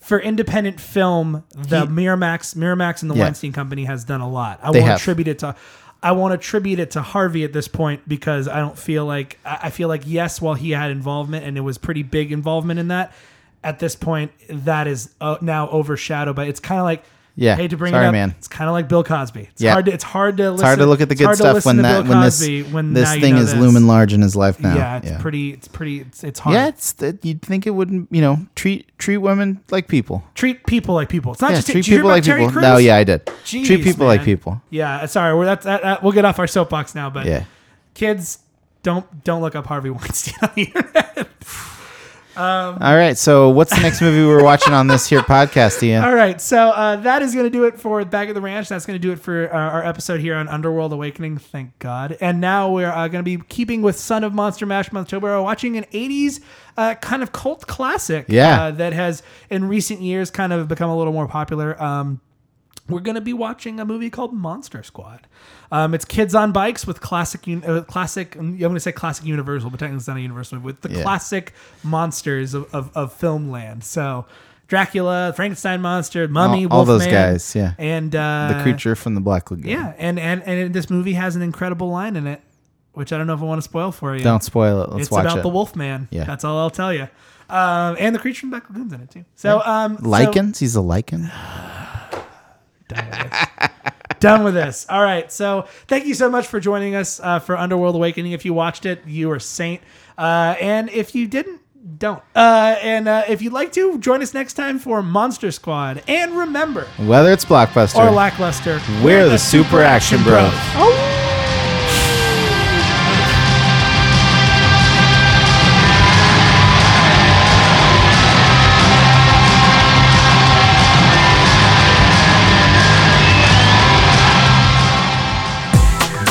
S2: For independent film, the Miramax Miramax and the
S1: Yeah.
S2: Weinstein Company has done a lot. I
S1: They
S2: won't
S1: have.
S2: attribute it to. I won't attribute it to Harvey at this point because I don't feel like I I feel like yes, while he had involvement and it was pretty big involvement in that. At this point, that is uh, now overshadowed by. It's kind of like
S1: Yeah.
S2: hate to bring
S1: Sorry,
S2: it up.
S1: man.
S2: It's kind of like Bill Cosby. It's
S1: Yeah.
S2: hard. To, it's hard to. Listen,
S1: it's hard to look at the
S2: it's
S1: good
S2: hard to
S1: stuff
S2: listen
S1: when
S2: to
S1: that
S2: Bill
S1: when this
S2: Cosby when
S1: this
S2: now you
S1: thing
S2: know
S1: is
S2: this.
S1: looming large in his life now.
S2: Yeah, it's pretty. It's pretty. It's, it's hard.
S1: Yeah, it's that you think it wouldn't, you know, treat treat women like people.
S2: treat people like people. It's not
S1: Yeah,
S2: just
S1: treat
S2: did you hear
S1: people
S2: about
S1: like
S2: Terry
S1: people.
S2: Crews?
S1: No, yeah, I did.
S2: Jeez,
S1: treat people like
S2: man.
S1: people.
S2: Yeah, uh, sorry. We're that's that, that, we'll get off our soapbox now, but
S1: Yeah.
S2: kids, don't don't look up Harvey Weinstein on the internet.
S1: All right. So, what's the next movie we're watching on this here podcast, Ian?
S2: All right, so uh, that is going to do it for Back at the Ranch. That's going to do it for uh, our episode here on Underworld Awakening. Thank God. And now we're uh, going to be keeping with Son of Monster Mash Monthtober, watching an '80s uh, kind of cult classic.
S1: Yeah.
S2: uh, that has in recent years kind of become a little more popular. Um, we're going to be watching a movie called Monster Squad. Um, it's kids on bikes with classic, un- uh, classic. I'm going to say classic Universal, but technically it's not a Universal movie. With the
S1: Yeah.
S2: classic monsters of, of, of film land. So Dracula, Frankenstein monster, Mummy,
S1: All- all those
S2: Wolfman,
S1: guys, yeah.
S2: and uh,
S1: the creature from the Black Lagoon.
S2: Yeah, and and and this movie has an incredible line in it, which I don't know if I want to spoil for you.
S1: Don't spoil it. Let's
S2: it's
S1: watch
S2: about
S1: it.
S2: the Wolfman.
S1: Yeah.
S2: that's all I'll tell you. Um, and the creature from the Black Lagoon's in it too. So um, so-
S1: Lycans? He's a lichen.
S2: done with this. All right. So thank you so much for joining us uh, for Underworld Awakening. If you watched it, you are a saint. Uh, and if you didn't, don't. Uh, and uh, if you'd like to, join us next time for Monster Squad. And remember,
S1: Whether it's blockbuster
S2: or lackluster,
S1: We're the Super Action Bros.